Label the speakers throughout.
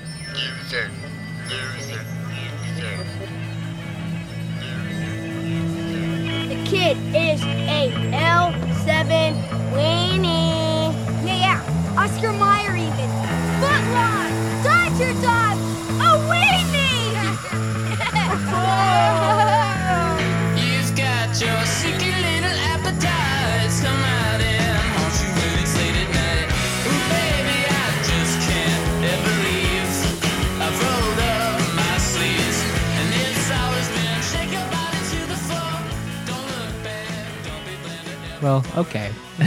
Speaker 1: Music, music, music.
Speaker 2: The kid is a L7 Winnie. Yeah, yeah. Oscar Meyer even. Footlong. Dodger Dog. A weenie.
Speaker 3: You've got your secret little appetite. Come out and haunt you when it's late at night. Ooh, baby, I just can't ever leave. I've rolled up my sleeves, and it's always been shake your body to the floor. Don't look back, don't be blind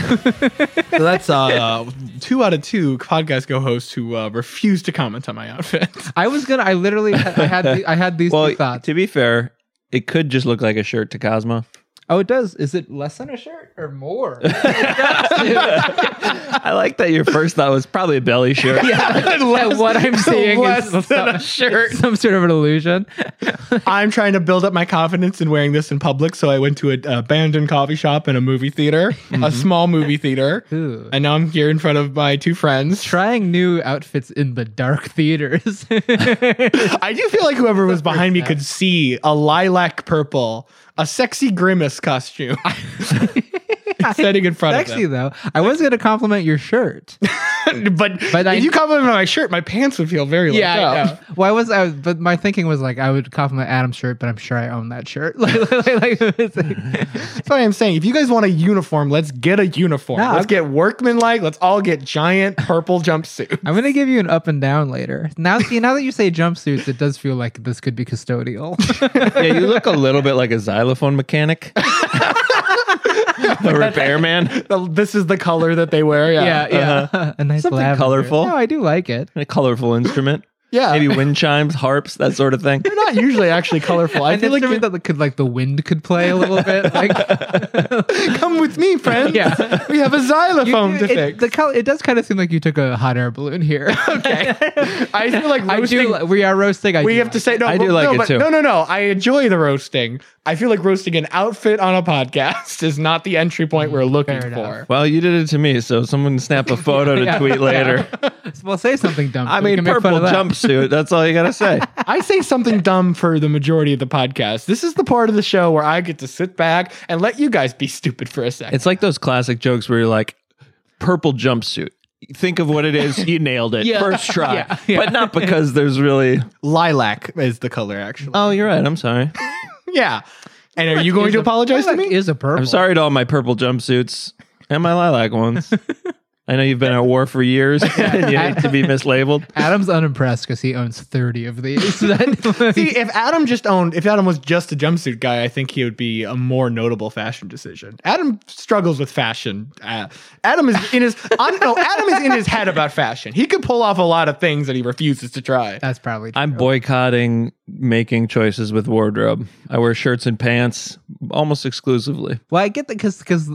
Speaker 3: to ever.
Speaker 4: Well, okay.
Speaker 5: So that's uh, two out of two podcast co-hosts who uh, refuse to comment on my outfit.
Speaker 4: I was gonna. I literally. Had, I had. The, I had these
Speaker 6: well,
Speaker 4: two thoughts.
Speaker 6: to be fair, it could just look like a shirt to Cosmo.
Speaker 4: oh, it does. Is it less than a shirt or more?
Speaker 6: I like that your first thought was probably a belly shirt.
Speaker 4: That what I'm seeing
Speaker 5: less
Speaker 4: is
Speaker 5: than
Speaker 4: some,
Speaker 5: a shirt.
Speaker 4: some sort of an illusion.
Speaker 5: I'm trying to build up my confidence in wearing this in public, so I went to an abandoned coffee shop and a movie theater, a
Speaker 6: Mm-hmm.
Speaker 5: small movie theater,
Speaker 4: Ooh.
Speaker 5: and now I'm here in front of my two friends.
Speaker 4: Trying new outfits in the dark theaters.
Speaker 5: I do feel like whoever was behind me could see a lilac purple, a sexy grimace costume sitting in front
Speaker 4: Sexy though. I was gonna compliment your shirt.
Speaker 5: of them. but
Speaker 4: But
Speaker 5: if
Speaker 4: I-
Speaker 5: you compliment my shirt, my pants would feel very oh.
Speaker 4: Yeah,
Speaker 5: let
Speaker 4: I
Speaker 5: up.
Speaker 4: know. Well, I was, I was, but my thinking was like I would compliment Adam's shirt, but I'm sure I own that shirt. like, like, like, it's like-
Speaker 5: That's why I'm saying if you guys want a uniform, let's get a uniform.
Speaker 4: No,
Speaker 5: let's
Speaker 4: I'm-
Speaker 5: get workman like. Let's all get giant purple jumpsuit.
Speaker 4: I'm gonna give you an up and down later. Now, see, now that you say jumpsuits, it does feel like this could be custodial.
Speaker 6: yeah, you look a little bit like a xylophone mechanic. a repairman.
Speaker 5: The- This is the color that they wear. Yeah.
Speaker 4: yeah, yeah. a nice
Speaker 6: Something
Speaker 4: lavender.
Speaker 6: colorful.
Speaker 4: No, I do like it.
Speaker 6: A colorful instrument.
Speaker 5: Yeah.
Speaker 6: Maybe wind chimes, harps, that sort of thing.
Speaker 5: They're not usually actually colorful. I
Speaker 4: An
Speaker 5: feel like
Speaker 4: instrument that could like the wind could play a little bit. Like,
Speaker 5: you come with me, friends.
Speaker 4: yeah.
Speaker 5: We have a
Speaker 4: You-
Speaker 5: xylophone to
Speaker 4: it,
Speaker 5: fix.
Speaker 4: The color, it does kind of seem like you took a hot air balloon here. okay,
Speaker 5: I feel like
Speaker 4: I
Speaker 5: roasting
Speaker 4: do. li- We are roasting. I
Speaker 5: we
Speaker 4: do
Speaker 5: have
Speaker 4: like
Speaker 5: to say no.
Speaker 6: I
Speaker 5: but-
Speaker 6: do like
Speaker 5: no,
Speaker 6: it
Speaker 5: but-
Speaker 6: too.
Speaker 5: No, no, no. I enjoy the roasting. I feel like roasting an outfit on a podcast is not the entry point we're looking
Speaker 4: Mm, Fair enough.
Speaker 5: for.
Speaker 6: Well, you did it to me, so someone snap a photo to
Speaker 4: Yeah.
Speaker 6: tweet later.
Speaker 4: it. Well, say something dumb.
Speaker 6: I
Speaker 4: so we
Speaker 6: mean,
Speaker 4: can make fun
Speaker 6: purple
Speaker 4: of that.
Speaker 6: jumpsuit. That's all you gotta say.
Speaker 5: I say something dumb for the majority of the podcast. This is the part of the show where I get to sit back and let you guys be stupid for a second.
Speaker 6: It's like those classic jokes where you're like, purple jumpsuit. Think of what it is. You nailed it.
Speaker 4: Yeah.
Speaker 6: First try.
Speaker 4: Yeah, yeah.
Speaker 6: But not because there's really.
Speaker 5: lilac is the color, actually.
Speaker 6: Oh, you're right. I'm sorry.
Speaker 5: yeah. And are you going
Speaker 4: Is
Speaker 5: to
Speaker 4: a-
Speaker 5: apologize to
Speaker 4: lilac
Speaker 5: me?
Speaker 4: Is a purple.
Speaker 6: I'm sorry to all my purple jumpsuits and my lilac ones. I know you've been at war for years and you hate to be mislabeled.
Speaker 4: Adam's unimpressed because he owns 30 of these. That-
Speaker 5: See, if Adam just owned, if Adam was just a jumpsuit guy, I think he would be a more notable fashion decision. Adam struggles with fashion. Uh, Adam is in his, on, no, Adam is in his head about fashion. He could pull off a lot of things that he refuses to try.
Speaker 4: That's probably true.
Speaker 6: I'm boycotting making choices with wardrobe. I wear shirts and pants almost exclusively.
Speaker 4: Well, I get that because because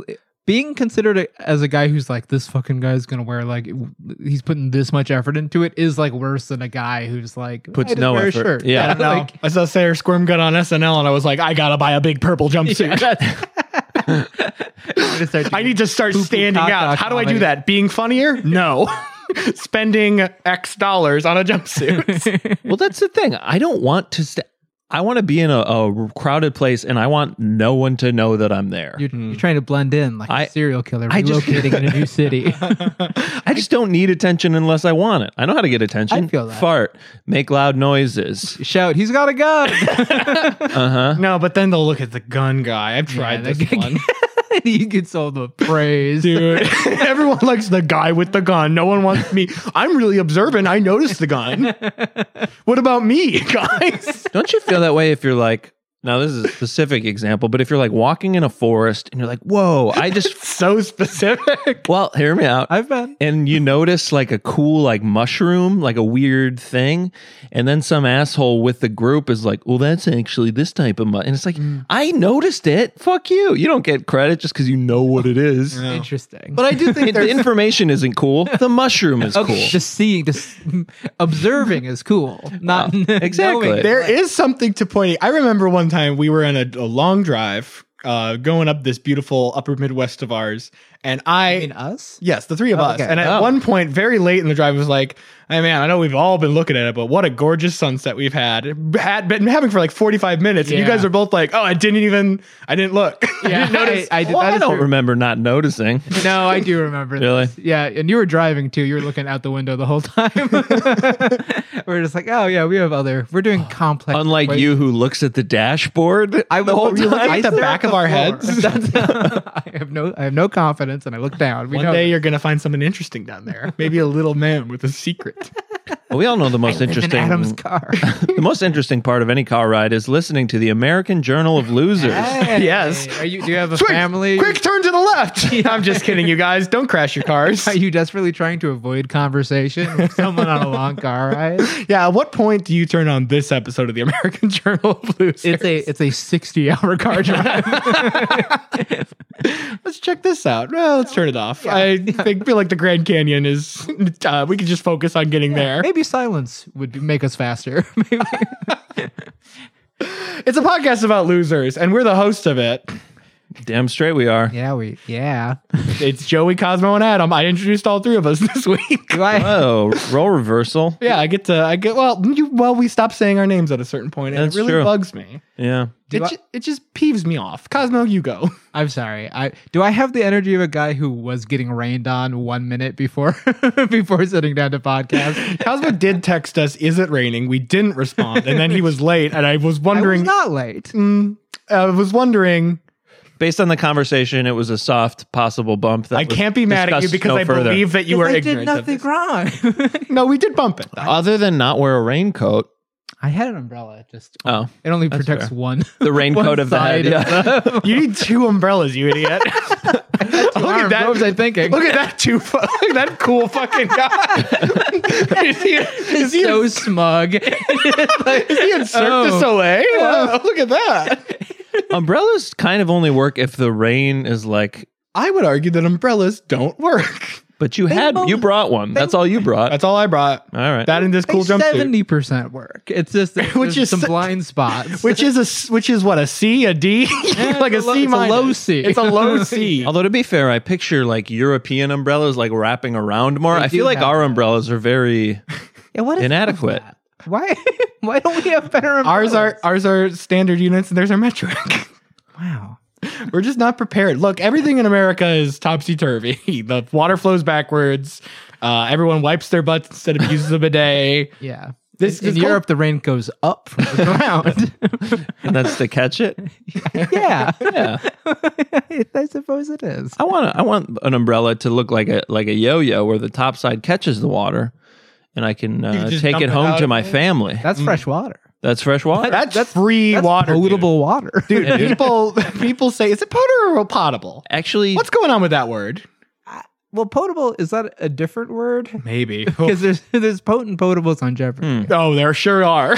Speaker 4: being considered a, as a guy who's like this fucking guy's gonna wear like w- he's putting this much effort into it is like worse than a guy who's like
Speaker 6: Puts
Speaker 4: "I just
Speaker 6: no
Speaker 4: wear a
Speaker 6: effort."
Speaker 4: shirt."
Speaker 6: Yeah.
Speaker 5: I don't know.
Speaker 4: like,
Speaker 5: I saw Sarah Squirm Gun on SNL, and I was like, I gotta buy a big purple jumpsuit.
Speaker 4: I'm gonna start
Speaker 5: I need to start
Speaker 4: Poo-poo
Speaker 5: standing
Speaker 4: cock
Speaker 5: out.
Speaker 4: cock
Speaker 5: How do I do
Speaker 4: comedy.
Speaker 5: that? Being funnier? No. Spending X dollars on a jumpsuit.
Speaker 6: Well, that's the thing. I don't want to. St- I want to be in a, a crowded place, and I want no one to know that I'm there.
Speaker 4: You're, you're trying to blend in like a
Speaker 6: Mm. I-
Speaker 4: serial killer
Speaker 6: I just-
Speaker 4: relocating in a new city.
Speaker 6: I just don't need attention unless I want it. I know how to get attention.
Speaker 4: I feel that.
Speaker 6: Fart, make loud noises.
Speaker 4: Shout, he's got a gun.
Speaker 5: no, but then they'll look at the gun guy. I've tried
Speaker 4: the
Speaker 5: this
Speaker 4: gun-
Speaker 5: one.
Speaker 4: you get sold with praise.
Speaker 5: Dude, everyone likes the guy with the gun. No one wants me. I'm really observant. I noticed the gun. What about me, guys?
Speaker 6: Don't you feel that way if you're like? Now this is a specific example, but if you're like walking in a forest and you're like, "Whoa, I just
Speaker 5: So specific.
Speaker 6: Well, hear me out.
Speaker 4: I've been.
Speaker 6: and you notice like a cool like mushroom, like a weird thing, and then some asshole with the group is like, "Well, that's actually this type of mu-. and it's like,
Speaker 4: Mm.
Speaker 6: "I noticed it. Fuck you. You don't get credit just because you know what it is."
Speaker 4: Interesting.
Speaker 5: But I do think
Speaker 6: It- the information isn't cool. The mushroom is
Speaker 4: Okay,
Speaker 6: cool.
Speaker 4: just seeing, just observing is cool. Not
Speaker 6: exactly.
Speaker 4: knowing.
Speaker 5: There is something to pointing. I remember one time we were on a, a long drive, uh, going up this beautiful upper Midwest of ours, and I,
Speaker 4: in us.
Speaker 5: yes, the three of us,
Speaker 4: okay.
Speaker 5: and at
Speaker 6: Oh.
Speaker 5: one point, very late in the drive, was like, I mean, I know we've all been looking at it, but what a gorgeous sunset we've had. Had been having for like 45 minutes, and you
Speaker 4: Yeah.
Speaker 5: guys are both like, "Oh, I didn't even, I didn't look."
Speaker 4: Yeah, I, I did.
Speaker 6: Well,
Speaker 4: that
Speaker 6: I
Speaker 4: is
Speaker 6: don't
Speaker 4: true.
Speaker 6: remember not noticing.
Speaker 4: No, I do remember.
Speaker 6: Really?
Speaker 4: This. Yeah, and you were driving too. You were looking out the window the whole time. we're just like, oh yeah, we have other. We're doing complex.
Speaker 6: Unlike
Speaker 4: equations.
Speaker 6: you, who looks at the dashboard I, the whole
Speaker 4: were you
Speaker 6: time.
Speaker 4: looking
Speaker 5: at the
Speaker 4: stare
Speaker 5: back of our heads?
Speaker 4: That's- I have no, I have no confidence, and I look down. We
Speaker 5: One
Speaker 4: know
Speaker 5: day
Speaker 4: that.
Speaker 5: you're gonna find something interesting down there. Maybe a little man with a secret.
Speaker 6: Well, we all know the most
Speaker 4: Live in
Speaker 6: interesting
Speaker 4: Adam's car.
Speaker 6: the most interesting part of any car ride is listening to the American Journal of Losers.
Speaker 5: Yes.
Speaker 4: Are you? Do you have a
Speaker 5: Quick,
Speaker 4: family?
Speaker 5: Quick, turn to the left. I'm just kidding, you guys. Don't crash your cars.
Speaker 4: Are you desperately trying to avoid conversation with someone on a long car ride?
Speaker 5: yeah. At what point do you turn on this episode of the American Journal of Losers?
Speaker 4: It's a it's a sixty hour car drive.
Speaker 5: let's check this out. Well, let's turn it off. I think, feel like the Grand Canyon is. Uh, we could just focus on getting there.
Speaker 4: Maybe silence would be- make us faster. Maybe.
Speaker 5: It's a podcast about losers, and we're the host of it.
Speaker 6: Damn straight we are.
Speaker 4: Yeah, we yeah.
Speaker 5: It's Joey, Cosmo, and Adam. I introduced all three of us this week.
Speaker 6: Whoa, role reversal.
Speaker 5: Yeah, I get to. I get. Well, you. Well, we stopped saying our names at a certain point, and
Speaker 6: That's
Speaker 5: it really
Speaker 6: true.
Speaker 5: bugs me.
Speaker 6: Yeah.
Speaker 5: It,
Speaker 4: I-
Speaker 5: ju- it just peeves me off. Cosmo, you go.
Speaker 4: I'm sorry. I do I have the energy of a guy who was getting rained on one minute before before sitting down to podcast.
Speaker 5: Cosmo did text us, "Is it raining?" We didn't respond, and then he was late, and I was
Speaker 4: I was
Speaker 5: wondering.
Speaker 4: not late.
Speaker 5: Mm, I was wondering.
Speaker 6: Based on the conversation, it was a soft possible bump. That
Speaker 5: I
Speaker 6: was
Speaker 5: can't be mad at you
Speaker 6: discussed
Speaker 5: because
Speaker 6: no
Speaker 5: I
Speaker 6: further.
Speaker 5: believe that you were
Speaker 4: I
Speaker 5: ignorant.
Speaker 4: did
Speaker 5: of
Speaker 4: nothing
Speaker 5: this.
Speaker 4: wrong.
Speaker 5: No, we did bump it. though.
Speaker 6: Other than not wear a raincoat.
Speaker 4: I had an umbrella. it Just
Speaker 6: Oh,
Speaker 4: it only
Speaker 6: That's
Speaker 4: protects
Speaker 6: fair.
Speaker 4: one.
Speaker 6: the raincoat
Speaker 4: one
Speaker 6: of the head.
Speaker 4: side of
Speaker 6: yeah.
Speaker 5: You need two umbrellas, you idiot. look at
Speaker 4: arms.
Speaker 5: that.
Speaker 4: What was I thinking?
Speaker 5: Look at that two. fu- Look at that cool fucking guy. is he, is he,
Speaker 4: so smug.
Speaker 5: is he in Cirque du
Speaker 4: Oh.
Speaker 5: Soleil? Wow, look at that.
Speaker 6: Umbrellas kind of only work if the rain is like.
Speaker 5: I would argue that umbrellas don't work.
Speaker 6: But you had
Speaker 4: both-
Speaker 6: you brought one. That's all you brought.
Speaker 5: That's all I brought.
Speaker 6: all right.
Speaker 5: That in this cool jumpsuit.
Speaker 4: Seventy percent work. It's just
Speaker 5: Which
Speaker 4: which
Speaker 5: is
Speaker 4: is some
Speaker 5: so-
Speaker 4: blind spots.
Speaker 5: Which is a s- which is what a C a D like a
Speaker 4: it's a low-
Speaker 5: C
Speaker 4: it's a
Speaker 5: minus.
Speaker 4: low C.
Speaker 5: It's a low C.
Speaker 6: Although to be fair, I picture like European umbrellas like wrapping around more.
Speaker 4: They
Speaker 6: I
Speaker 4: do
Speaker 6: feel like
Speaker 4: have
Speaker 6: our
Speaker 4: that.
Speaker 6: umbrellas are very
Speaker 4: yeah, what is
Speaker 6: inadequate.
Speaker 4: that? Why? Why don't we have better?
Speaker 5: ours
Speaker 4: Umbrellas?
Speaker 5: are ours are standard units, and there's our metric.
Speaker 4: wow.
Speaker 5: We're just not prepared. Look, everything in America is topsy turvy. The water flows backwards. Uh, everyone wipes their butts instead of uses a bidet.
Speaker 4: Yeah.
Speaker 5: This-
Speaker 4: This in,
Speaker 5: this whole-
Speaker 4: Europe, the rain goes up from the ground.
Speaker 6: And that's to catch it.
Speaker 4: yeah,
Speaker 6: Yeah.
Speaker 4: I suppose it is.
Speaker 6: I want I want an umbrella to look like a like a yo-yo where the top side catches the water and I can uh,
Speaker 5: just
Speaker 6: take
Speaker 5: dump
Speaker 6: it
Speaker 5: it
Speaker 6: home
Speaker 5: out.
Speaker 6: to my family.
Speaker 4: That's fresh water.
Speaker 6: That's fresh water.
Speaker 5: That's, free water. dude.
Speaker 4: potable water.
Speaker 5: Dude, people people say, is it potable or potable?
Speaker 6: Actually
Speaker 5: What's going on with that word?
Speaker 4: well, potable is that a different word?
Speaker 5: Maybe.
Speaker 4: Because there's there's potent potables on Jeopardy.
Speaker 5: oh, there sure are.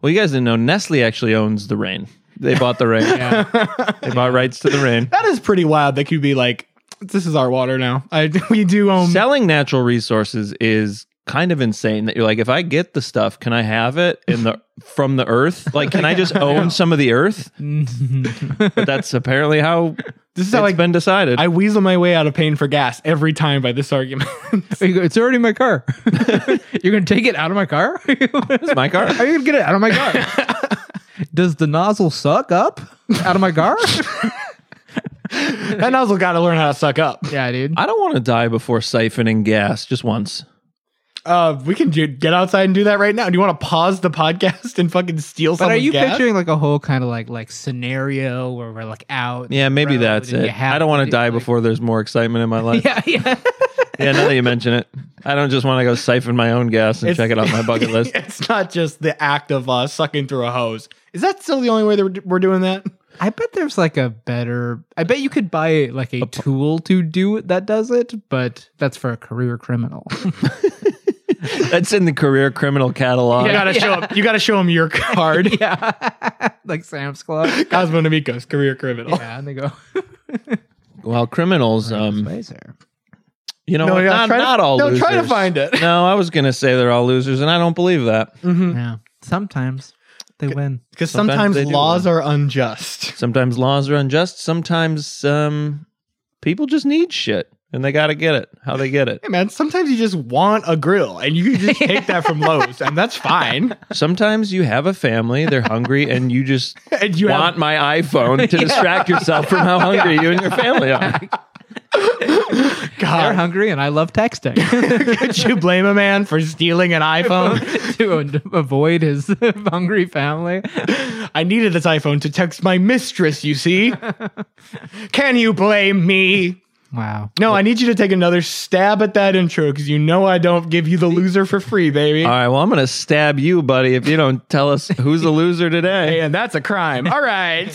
Speaker 6: well you guys didn't know Nestle actually owns the rain. They bought the rain. They bought rights to the rain.
Speaker 5: That is pretty wild. They could be like, this is our water now. I, we do own.
Speaker 6: Selling natural resources is kind of insane that you're like if I get the stuff, can I have it in the from the earth? Like can I just own some of the earth? But that's apparently how
Speaker 5: this is
Speaker 6: it's
Speaker 5: how I,
Speaker 6: been decided.
Speaker 5: I weasel my way out of paying for gas every time by this argument.
Speaker 6: Hmm.
Speaker 4: There you go. It's already in my car. You're gonna take it out of my car? Are you
Speaker 6: it's my car.
Speaker 4: gonna get it out of my car? Does the nozzle suck up out of my car?
Speaker 5: that nozzle got to learn how to suck up.
Speaker 4: yeah, dude.
Speaker 6: I don't want to die before siphoning gas just once.
Speaker 5: Uh, we can do, get outside and do that right now. Do you want to pause the podcast and fucking steal some
Speaker 4: But are you
Speaker 5: gas?
Speaker 4: picturing like a whole kind of like like scenario where we're like out?
Speaker 6: Yeah, maybe
Speaker 4: road
Speaker 6: that's
Speaker 4: and you
Speaker 6: it.
Speaker 4: have
Speaker 6: I don't want to
Speaker 4: do,
Speaker 6: die
Speaker 4: like-
Speaker 6: before there's more excitement in my life. yeah.
Speaker 4: Yeah, yeah.
Speaker 6: now that you mention it, I don't just want to go siphon my own gas and
Speaker 5: It's-
Speaker 6: check it off my bucket list.
Speaker 5: it's not just the act of uh, sucking through a hose. Is that still the only way that we're- we're doing that?
Speaker 4: I bet there's like a better. I bet you could buy like a tool to do it that does it, but that's for a career criminal.
Speaker 6: That's in the career criminal catalog.
Speaker 5: You gotta show up. You gotta show him your card.
Speaker 4: yeah, like Sam's Club.
Speaker 5: Cosmo Namiko's career criminal.
Speaker 4: Yeah, and they go.
Speaker 6: Well, criminals, um,
Speaker 4: Laser.
Speaker 6: you know,
Speaker 5: No,
Speaker 6: what?
Speaker 5: yeah,
Speaker 6: not,
Speaker 5: try to-
Speaker 6: not all
Speaker 5: no,
Speaker 6: losers.
Speaker 5: try to find it.
Speaker 6: No, I was going to say they're all losers, and I don't believe that.
Speaker 4: Yeah, sometimes they win.
Speaker 5: Because
Speaker 6: Sometimes
Speaker 5: sometimes,
Speaker 6: they do
Speaker 5: laws are unjust.
Speaker 6: Sometimes laws are unjust. Sometimes um, people just need shit. and they got to get it. How they get it?
Speaker 5: Hey man, sometimes you just want a grill and you can just take that from Lowe's and that's fine.
Speaker 6: Sometimes you have a family, they're hungry, and you just
Speaker 5: And you
Speaker 6: want my iPhone to distract yourself from how hungry you and your family are.
Speaker 5: have
Speaker 4: They're
Speaker 5: God.
Speaker 4: hungry, and I love texting Um,
Speaker 5: Could you blame a man for stealing an iPhone?
Speaker 4: to a- avoid his hungry family.
Speaker 5: I needed this iPhone to text my mistress, you see. Can you blame me?
Speaker 4: Wow.
Speaker 5: No, I need you to take another stab at that intro because you know I don't give you the loser for free, baby.
Speaker 6: All right, well, I'm going to stab you, buddy, if you don't tell us who's the loser today.
Speaker 5: And that's a crime. All right.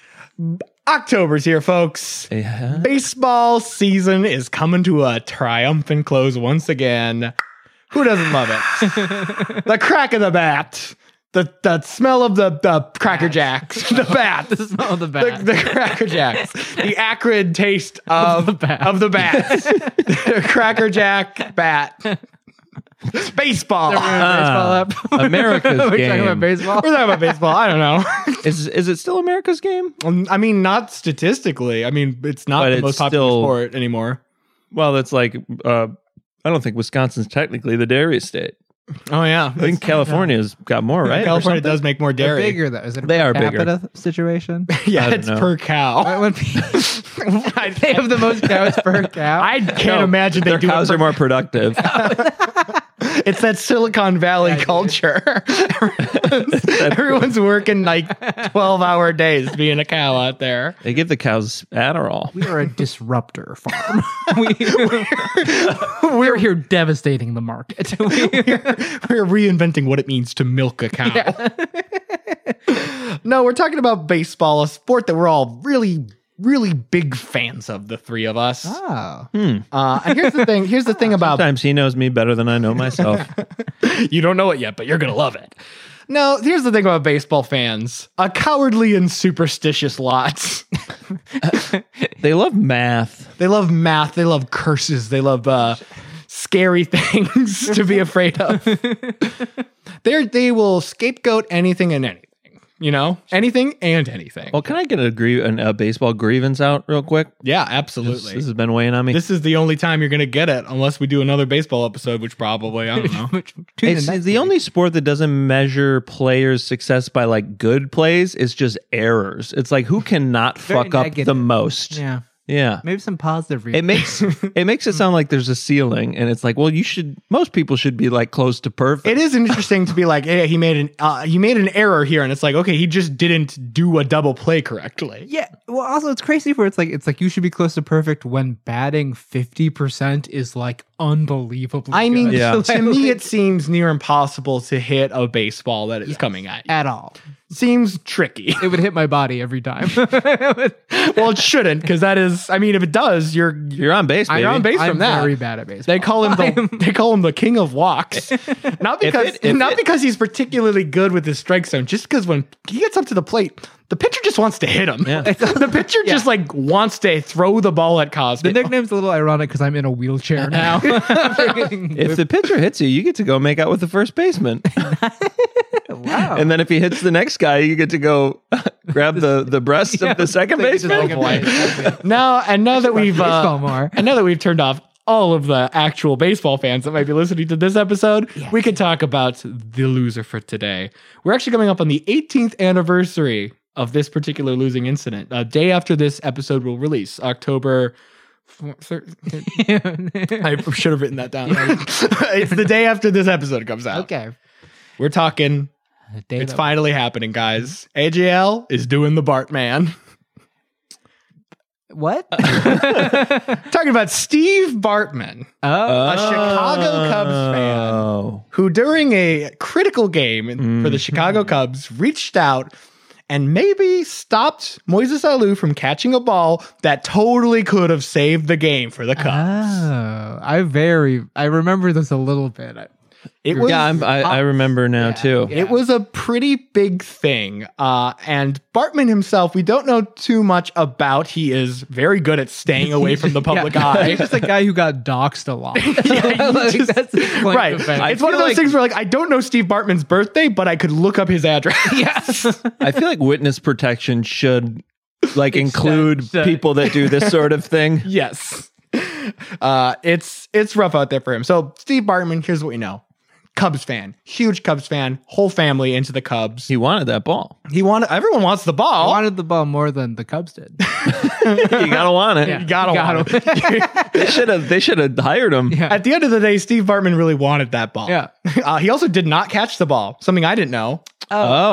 Speaker 5: October's here, folks.
Speaker 6: Yeah.
Speaker 5: Baseball season is coming to a triumphant close once again. Who doesn't love it? the crack of the bat. The, the smell of the, the Cracker Jacks. The bat.
Speaker 4: The smell of the
Speaker 5: the,
Speaker 4: bat.
Speaker 5: the Cracker Jacks. The acrid taste of,
Speaker 4: Of the bat.
Speaker 5: Of the bats. the Cracker Jack bat. Baseball.
Speaker 4: Baseball up.
Speaker 6: uh, America's
Speaker 4: We're talking
Speaker 6: game.
Speaker 4: about baseball.
Speaker 5: We're talking about baseball. I don't know.
Speaker 6: Is, is it still America's game?
Speaker 5: Um, I mean, not statistically. I mean, it's not
Speaker 6: But
Speaker 5: the
Speaker 6: it's
Speaker 5: most popular
Speaker 6: still-
Speaker 5: sport anymore.
Speaker 6: Well, that's like, uh, I don't think Wisconsin's technically the dairy state.
Speaker 5: Oh yeah,
Speaker 6: I think California's got more, right?
Speaker 5: California does make more
Speaker 4: They're
Speaker 5: dairy.
Speaker 4: bigger though. Is it a
Speaker 6: They
Speaker 4: per
Speaker 6: are bigger.
Speaker 4: capita situation?
Speaker 5: yeah,
Speaker 6: I don't
Speaker 5: it's
Speaker 6: know.
Speaker 5: per cow.
Speaker 4: Why would be- they have the most cows per cow.
Speaker 5: I can't
Speaker 6: No,
Speaker 5: imagine they
Speaker 6: Their
Speaker 5: do. It
Speaker 6: cows
Speaker 5: per-
Speaker 6: are more productive.
Speaker 5: it's that Silicon Valley
Speaker 4: dude.
Speaker 5: culture. everyone's, everyone's working like twelve-hour days being a cow out there.
Speaker 6: they give the cows Adderall.
Speaker 4: we are a disruptor farm. we, we're, we're here devastating the market. We-
Speaker 5: We're reinventing what it means to milk a cow. no, we're talking about baseball, a sport that we're all really, really big fans of. The three of us.
Speaker 6: Ah.
Speaker 4: oh.
Speaker 5: Uh, and here's the thing. Here's the thing about
Speaker 6: Sometimes he knows me better than I know myself.
Speaker 5: you don't know it yet, but you're gonna love it. No, here's the thing about baseball fans: a cowardly and superstitious lot.
Speaker 6: they love math.
Speaker 5: they love math. They love curses. They love uh, scary things to be afraid of. they they will scapegoat anything and anything. You know, anything and anything.
Speaker 6: Well, can I get a, grie- an, a baseball grievance out real quick?
Speaker 5: Yeah,
Speaker 6: This,
Speaker 5: absolutely.
Speaker 6: has been weighing on me.
Speaker 5: This is the only time you're gonna get it, unless we do another baseball episode, which probably I don't know.
Speaker 4: Which- tune in
Speaker 6: it's
Speaker 4: next
Speaker 6: the
Speaker 4: week.
Speaker 6: only sport that doesn't measure players' success by like good plays is just errors. It's like who cannot
Speaker 4: Very
Speaker 6: fuck up the
Speaker 4: negative.
Speaker 6: most.
Speaker 4: Yeah.
Speaker 6: yeah.
Speaker 4: Maybe some positive
Speaker 6: It
Speaker 4: reasons.
Speaker 6: makes it makes it sound like there's a ceiling, and it's like, well, you should. Most people should be like close to perfect.
Speaker 5: it is interesting to be like, yeah, he made an uh, he made an error here, and it's like, okay, he just didn't do a double play correctly.
Speaker 4: Yeah. Well, also it's crazy where it's like it's like you should be close to perfect when batting fifty percent is like unbelievably.
Speaker 5: I mean,
Speaker 4: good.
Speaker 6: Yeah.
Speaker 5: to me, it seems near impossible to hit a baseball that is coming at you.
Speaker 4: at all.
Speaker 5: Seems tricky.
Speaker 4: It would hit my body every time.
Speaker 5: well, it shouldn't, because that is. I mean, if it does, you're
Speaker 6: You're on base, baby.
Speaker 5: you're on base
Speaker 4: I'm
Speaker 5: from that.
Speaker 4: very bad at baseball.
Speaker 5: They call him the they call him the king of walks, not because
Speaker 6: it- if
Speaker 5: not
Speaker 6: it-
Speaker 5: because he's particularly good with his strike zone, just because when he gets up to the plate, the pitcher just wants to hit him.
Speaker 6: Yeah.
Speaker 5: the pitcher just like wants to throw the ball at Cosby.
Speaker 4: The nickname's a little ironic because I'm in a wheelchair now.
Speaker 6: If the pitcher hits you, you get to go make out with the first baseman.
Speaker 4: wow.
Speaker 6: And then if he hits the next guy, you get to go grab the, the breast of the second baseman.
Speaker 5: now and now that we've
Speaker 4: baseball
Speaker 5: uh,
Speaker 4: more.
Speaker 5: and now that we've turned off all of the actual baseball fans that might be listening to this episode, we could talk about the loser for today. We're actually coming up on the 18th anniversary of this particular losing incident. A day after this episode will release, October. four- thir- I should have written that down. it's the day after this episode comes out.
Speaker 4: okay.
Speaker 5: We're talking. It's finally happening, guys. AGL is doing the Bartman.
Speaker 4: What?
Speaker 5: talking about Steve Bartman.
Speaker 4: oh,
Speaker 5: a Chicago Cubs fan.
Speaker 6: Oh.
Speaker 5: who during a critical game in- for the Chicago
Speaker 6: Mm-hmm.
Speaker 5: Cubs reached out and maybe stopped Moises Alou from catching a ball that totally could have saved the game for the Cubs.
Speaker 6: Ah.
Speaker 4: oh, I very I remember this a little bit. I-
Speaker 5: it was
Speaker 6: Yeah, I'm, I, I remember now too.
Speaker 5: it was a pretty big thing. Uh, and Bartman himself, we don't know too much about. He is very good at staying away from the public
Speaker 4: Yeah.
Speaker 5: eye.
Speaker 4: He's just a guy who got doxxed a lot. Like,
Speaker 5: just-
Speaker 4: that's his claim to
Speaker 5: Right.
Speaker 4: fame.
Speaker 6: I
Speaker 5: It's one of
Speaker 6: feel
Speaker 5: those
Speaker 6: like-
Speaker 5: things where like I don't know Steve Bartman's birthday, but I could look up his address. Yes.
Speaker 6: I feel like witness protection should like include
Speaker 4: should.
Speaker 6: people that do this sort of thing.
Speaker 5: Yes. Uh, it's it's rough out there for him. So Steve Bartman, here's what we know. Cubs fan, huge Cubs fan, whole family into the Cubs.
Speaker 6: He wanted that ball.
Speaker 5: He wanted everyone wants the
Speaker 4: I
Speaker 5: ball.
Speaker 4: Oh. wanted the ball more than the Cubs did.
Speaker 6: You gotta want it.
Speaker 5: you gotta,
Speaker 4: Got
Speaker 5: want
Speaker 4: him.
Speaker 5: it.
Speaker 6: They should have. They should have hired him.
Speaker 4: Yeah.
Speaker 5: At the end of the day, Steve Bartman really wanted that ball.
Speaker 4: Yeah.
Speaker 5: Uh, he also did not catch the ball, something I didn't know.
Speaker 6: Oh,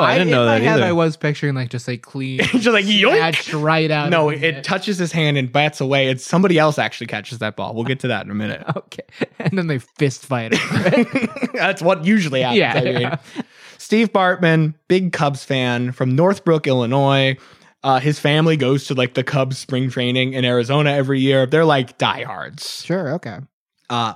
Speaker 6: I didn't
Speaker 4: in
Speaker 6: know
Speaker 4: my
Speaker 6: that
Speaker 4: head,
Speaker 6: either.
Speaker 4: I was picturing like just like clean,
Speaker 5: Just like yoink.
Speaker 4: snatched right out.
Speaker 5: No,
Speaker 4: of
Speaker 5: it touches his hand and bats away, and somebody else actually catches that ball. We'll get to that in a minute.
Speaker 4: okay, and then they fist fight. over it.
Speaker 5: That's what usually happens.
Speaker 4: Yeah,
Speaker 5: I mean.
Speaker 4: yeah.
Speaker 5: Steve Bartman, big Cubs fan from Northbrook, Illinois. Uh, his family goes to like the Cubs spring training in Arizona every year. They're like diehards.
Speaker 4: sure, okay.
Speaker 5: Uh,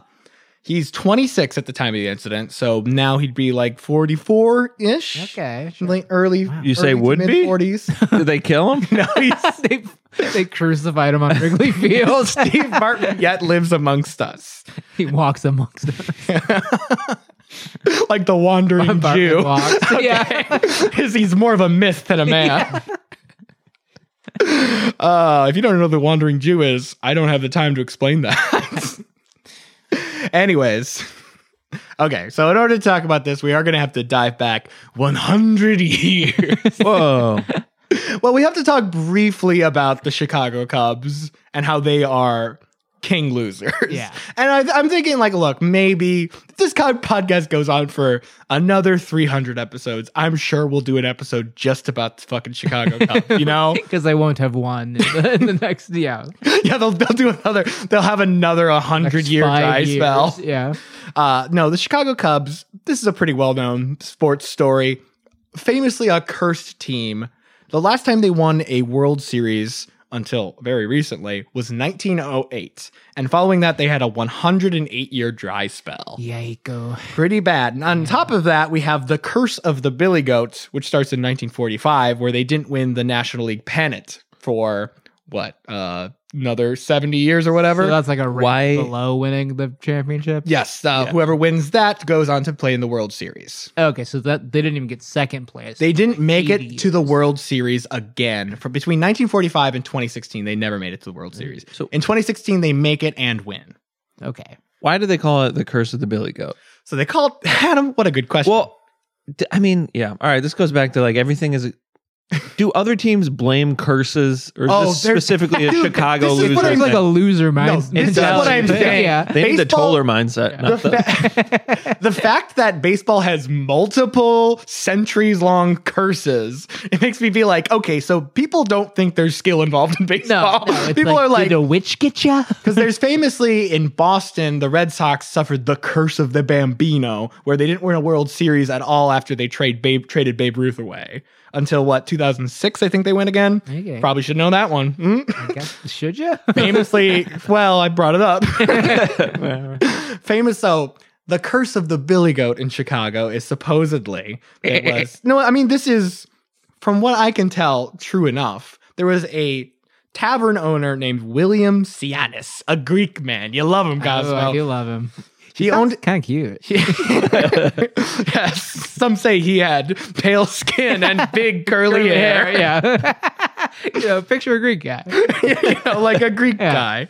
Speaker 5: he's 26 at the time of the incident, so now he'd be like 44 ish.
Speaker 4: Okay, sure.
Speaker 5: Like early,
Speaker 6: You say would be?
Speaker 5: 40s.
Speaker 6: Did they kill him?
Speaker 5: no, he's,
Speaker 4: they they crucified him on Wrigley Field.
Speaker 5: Steve Bartman yet lives amongst us,
Speaker 4: he walks amongst them.
Speaker 5: like the wandering
Speaker 4: Bartman
Speaker 5: Jew.
Speaker 4: walks. Yeah.
Speaker 5: Because he's more of a myth than a man. uh, if you don't know who the Wandering Jew is, I don't have the time to explain that. Anyways, okay, so in order to talk about this, we are going to have to dive back 100 years.
Speaker 6: Whoa!
Speaker 5: well, we have to talk briefly about the Chicago Cubs and how they are king losers.
Speaker 4: Yeah.
Speaker 5: And I, I'm thinking, like, look, maybe this kind of podcast goes on for another 300 episodes. I'm sure we'll do an episode just about the fucking Chicago Cubs, you know?
Speaker 4: Because I won't have won in the, in the next yeah
Speaker 5: yeah, they'll, they'll do another, they'll have another 100
Speaker 4: next
Speaker 5: year
Speaker 4: five
Speaker 5: dry
Speaker 4: years.
Speaker 5: spell.
Speaker 4: Yeah,
Speaker 5: Uh, no, the Chicago Cubs, this is a pretty well known sports story. Famously a cursed team. The last time they won a World Series until very recently was 1908. And following that, they had a 108 year dry spell.
Speaker 4: Yiko.
Speaker 5: Pretty bad. And on top of that, we have the curse of the Billy Goats, which starts in 1945, where they didn't win the National League pennant for what, uh, another 70 years or whatever?
Speaker 4: So that's like a rank
Speaker 6: Why-
Speaker 4: below winning the championship.
Speaker 5: Yes, uh, whoever wins that goes on to play in the World Series.
Speaker 4: Okay, so that they didn't even get second place.
Speaker 5: They didn't make it
Speaker 4: 80
Speaker 5: to the
Speaker 4: years.
Speaker 5: World Series again. From between 1945 and 2016, they never made it to the World Series.
Speaker 6: So-
Speaker 5: in 2016, they make it and win.
Speaker 4: Okay.
Speaker 6: Why do they call it the curse of the Billy Goat?
Speaker 5: So they called Adam. What a good question.
Speaker 6: Well, d- I mean, yeah. All right, this goes back to like everything is. Do other teams blame curses, or is
Speaker 5: Oh,
Speaker 6: this
Speaker 5: they're-
Speaker 6: specifically a
Speaker 5: Dude,
Speaker 6: Chicago
Speaker 5: this is what
Speaker 6: loser?
Speaker 5: I'm
Speaker 4: It's like a
Speaker 6: thing?
Speaker 4: loser
Speaker 5: no,
Speaker 4: mind.
Speaker 5: this is
Speaker 6: mentality.
Speaker 5: what I'm saying.
Speaker 4: Yeah.
Speaker 6: they need the
Speaker 5: Baseball-
Speaker 6: Toller mindset.
Speaker 5: The,
Speaker 6: Not the,
Speaker 5: fa- the fact that baseball has multiple centuries long curses, it makes me be like, okay, so people don't think there's skill involved in
Speaker 4: No,
Speaker 5: baseball.
Speaker 4: no, it's
Speaker 5: people are like,
Speaker 4: did a witch get ya?
Speaker 5: Because there's famously in Boston, the Red Sox suffered the curse of the Bambino, where they didn't win a World Series at all after they trade Babe, traded Babe Ruth away until what 2006, I think they went again.
Speaker 4: Okay.
Speaker 5: Probably should know that one. Mm.
Speaker 4: Guess- Should ya?
Speaker 5: Famously, well, I brought it up. Famous though. The curse of the Billy Goat in Chicago is supposedly it was no. I mean, this is from what I can tell, true enough. There was a tavern owner named William Sianis, a Greek man. You love him,
Speaker 4: Oh,
Speaker 5: Cosmo.
Speaker 4: I do love him.
Speaker 5: he owned.
Speaker 4: Kind of cute.
Speaker 5: yes, some say he had pale skin and big curly hair.
Speaker 4: Yeah. you know, picture a Greek guy.
Speaker 5: you know, like a Greek
Speaker 4: Yeah.
Speaker 5: guy.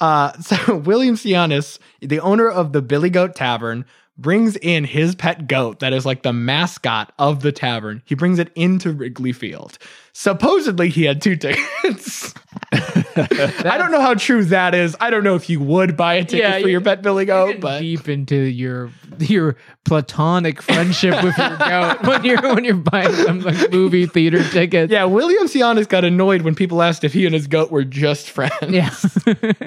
Speaker 5: Uh, so William Sianis, the owner of the Billy Goat Tavern, brings in his pet goat that is like the mascot of the tavern. He brings it into Wrigley Field. Supposedly, he had two tickets. I don't know how true that is. I don't know if you would buy a ticket
Speaker 4: Yeah,
Speaker 5: for your pet Billy Goat, but
Speaker 4: Deep into your your platonic friendship with your goat when you're when you're buying some like movie theater tickets.
Speaker 5: yeah, William Sianis got annoyed when people asked if he and his goat were just friends.
Speaker 4: Yeah.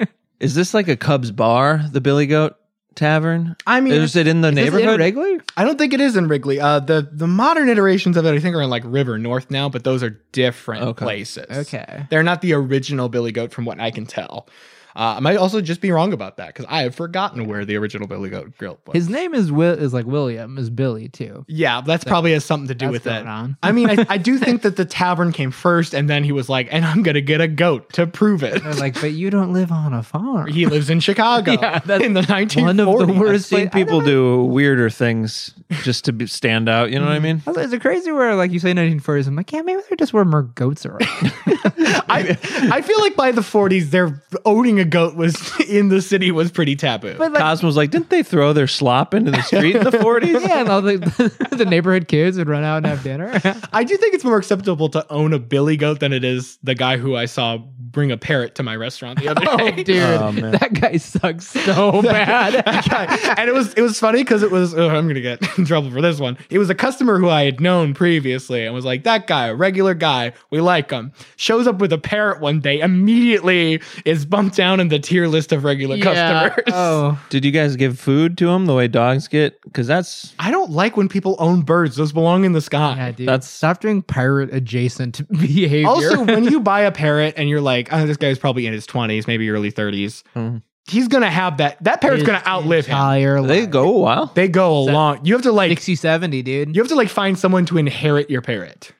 Speaker 6: is this like a Cubs bar, the Billy Goat Tavern?
Speaker 5: I mean,
Speaker 6: is it in the
Speaker 5: this in
Speaker 6: neighborhood?
Speaker 4: Wrigley?
Speaker 5: I don't think it is in Wrigley. Uh, the the modern iterations of it, I think, are in like River North now, but those are different
Speaker 6: Okay.
Speaker 5: places.
Speaker 4: Okay.
Speaker 5: they're not the original Billy Goat, from what I can tell. Uh, I might also just be wrong about that because I have forgotten where the original Billy Goat grill was.
Speaker 4: His name is Will is like William is Billy too.
Speaker 5: yeah, that's probably has something to do
Speaker 4: That's
Speaker 5: with
Speaker 4: going
Speaker 5: it.
Speaker 4: on.
Speaker 5: I mean, I, I do think that the tavern came first, and then he was like, "And I'm gonna get a goat to prove it."
Speaker 4: They're like, but you don't live on a farm.
Speaker 5: he lives in Chicago
Speaker 4: Yeah, that's
Speaker 5: in the 1940s.
Speaker 4: one of the
Speaker 6: I've
Speaker 4: worst-
Speaker 6: seen
Speaker 4: Like, I
Speaker 6: people do weirder things just to be, stand out. You know what I mean?
Speaker 4: Also, Is it crazy where like you say 1940s? I'm like, yeah, maybe they're just where more goats are.
Speaker 5: I, I feel like by the 40s, they're owning a a goat was in the city was pretty taboo.
Speaker 4: But like,
Speaker 6: Cosmo's like, didn't they throw their slop into the street in the 40s?
Speaker 4: yeah, and all the, the neighborhood kids would run out and have dinner.
Speaker 5: I do think it's more acceptable to own a billy goat than it is the guy who I saw bring a parrot to my restaurant the other
Speaker 4: oh,
Speaker 5: day.
Speaker 4: dude,
Speaker 6: Oh, man.
Speaker 4: that guy sucks so bad.
Speaker 5: Yeah, and it was it was funny because it was oh, I'm gonna get in trouble for this one. It was a customer who I had known previously and was like that guy, a regular guy, we like him. Shows up with a parrot one day, immediately is bumped down in the tier list of regular customers.
Speaker 4: Oh,
Speaker 6: Did you guys give food to them the way dogs get? Because that's
Speaker 5: I don't like when people own birds; those belong in the sky.
Speaker 4: yeah, dude.
Speaker 6: That's-
Speaker 4: Stop doing pirate adjacent behavior.
Speaker 5: Also, when you buy a parrot and you're like, oh, this guy's probably in his 20s, maybe early 30s,
Speaker 6: Mhm.
Speaker 5: he's gonna have that. That parrot's gonna outlive him.
Speaker 4: him.
Speaker 6: they go a while.
Speaker 5: They go a
Speaker 4: that-
Speaker 5: long. You have to like
Speaker 4: 60, 70, dude.
Speaker 5: you have to like find someone to inherit your parrot.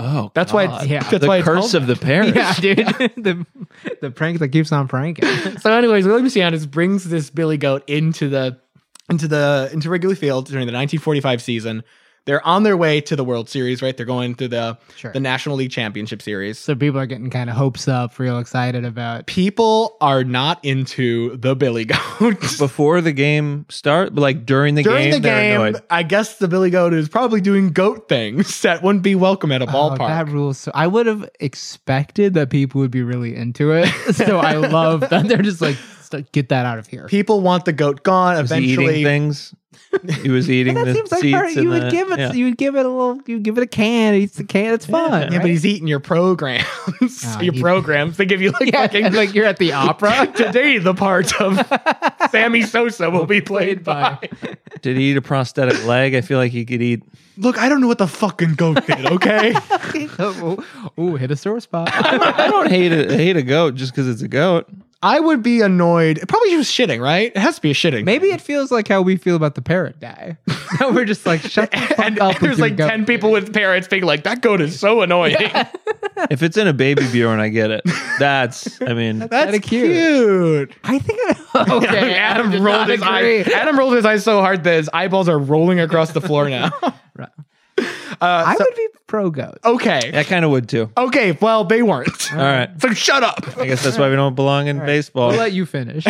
Speaker 6: Oh,
Speaker 5: That's why. It's,
Speaker 4: Yeah.
Speaker 5: That's
Speaker 6: the
Speaker 5: why it's
Speaker 6: curse
Speaker 5: called
Speaker 6: of the parents.
Speaker 4: yeah, dude. the the prank that keeps on pranking.
Speaker 5: So, anyways, William Sianis brings this Billy Goat into the into the into Wrigley Field during the 1945 season. They're on their way to the World Series, right? They're going to the
Speaker 4: Sure.
Speaker 5: the National League Championship Series.
Speaker 4: so people are getting kind of hopes up, real excited about.
Speaker 5: People are not into the Billy Goat.
Speaker 6: Before the game start, but like during the
Speaker 5: During
Speaker 6: game,
Speaker 5: the
Speaker 6: they're
Speaker 5: game,
Speaker 6: annoyed.
Speaker 5: I guess the Billy Goat is probably doing goat things that wouldn't be welcome at a
Speaker 4: Oh,
Speaker 5: ballpark.
Speaker 4: that rules. So I would have expected that people would be really into it. so I love that they're just like, "St- get that out of here.
Speaker 5: People want the goat gone.
Speaker 6: Was he eating
Speaker 5: Eventually,
Speaker 6: things? He was eating
Speaker 4: But
Speaker 6: the
Speaker 4: that seems like
Speaker 6: seeds
Speaker 4: part-
Speaker 6: and
Speaker 4: you would
Speaker 6: the-
Speaker 4: give it.
Speaker 6: yeah.
Speaker 4: You would give it a little. You give it a can. It eats the can. It's fun.
Speaker 5: yeah, but
Speaker 4: right?
Speaker 5: he's eating your programs. your
Speaker 4: he-
Speaker 5: programs. They give you like
Speaker 4: yeah,
Speaker 5: fucking
Speaker 4: and, like you're at the opera.
Speaker 5: Today, the part of Sammy Sosa will be played by.
Speaker 6: Did he eat a prosthetic leg? I feel like he could eat.
Speaker 5: Look, I don't know what the fucking goat did, okay?
Speaker 4: oh, ooh, hit a sore spot.
Speaker 6: I don't hate a, hate a goat just because it's a goat.
Speaker 5: I would be annoyed. Probably just shitting, right? It has to be a shitting.
Speaker 4: Maybe it feels like how we feel about the parrot guy. Now we're just like shut the fuck
Speaker 5: And
Speaker 4: up. with
Speaker 5: there's
Speaker 4: your
Speaker 5: like
Speaker 4: goat.
Speaker 5: 10 people with parrots being like, that goat is so annoying.
Speaker 6: If it's in a baby Bjorn, I get it. That's, I mean,
Speaker 5: That's
Speaker 4: Kinda
Speaker 5: cute.
Speaker 4: cute. I think. I, okay, Adam,
Speaker 5: Adam
Speaker 4: did
Speaker 5: rolled
Speaker 4: not
Speaker 5: his
Speaker 4: agree.
Speaker 5: eye. Adam rolled his eyes so hard that his eyeballs are rolling across the floor now. Uh,
Speaker 4: I would be pro goat.
Speaker 5: okay.
Speaker 6: I kind of would too.
Speaker 5: Okay. Well, they weren't.
Speaker 6: All right.
Speaker 5: So shut up.
Speaker 6: I guess that's why we don't belong in baseball.
Speaker 4: I'll let you finish.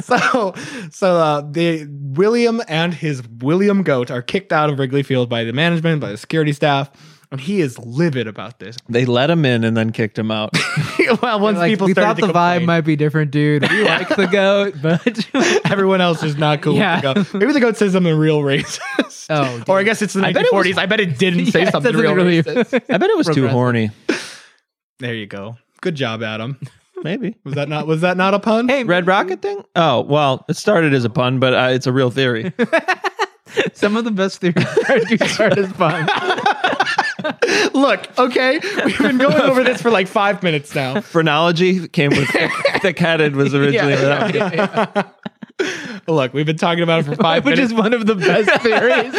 Speaker 5: so so uh, the William and his William goat are kicked out of Wrigley Field by the management, by the security staff, and he is livid about this.
Speaker 6: They let him in and then kicked him out.
Speaker 5: well, once
Speaker 4: like,
Speaker 5: people
Speaker 4: we thought
Speaker 5: started
Speaker 4: the
Speaker 5: to
Speaker 4: vibe
Speaker 5: complain,
Speaker 4: might be different, dude. We like the goat, but
Speaker 5: everyone else is not cool
Speaker 4: Yeah.
Speaker 5: with the goat. Maybe the goat says something real racist.
Speaker 4: Oh,
Speaker 5: or I
Speaker 4: dude.
Speaker 5: guess it's the
Speaker 6: I bet it
Speaker 5: 1940s.
Speaker 6: was-
Speaker 5: I bet it didn't
Speaker 4: Yeah,
Speaker 5: say
Speaker 4: it
Speaker 5: something
Speaker 4: doesn't
Speaker 5: real
Speaker 4: really-
Speaker 5: racist.
Speaker 6: I bet it was too
Speaker 4: Progressive.
Speaker 6: horny.
Speaker 5: There you go. Good job, Adam.
Speaker 6: Maybe.
Speaker 5: Was that not was that not a pun?
Speaker 4: hey,
Speaker 6: Red Rocket thing? Oh, well, it started as a pun, but uh, it's a real theory.
Speaker 4: some of the best theories are do start as fun.
Speaker 5: Look, okay, we've been going over this for like five minutes now.
Speaker 6: Phrenology came with thick, thick-headed was originally that.
Speaker 5: Look, we've been talking about it for five
Speaker 4: which
Speaker 5: minutes.
Speaker 4: is one of the best theories.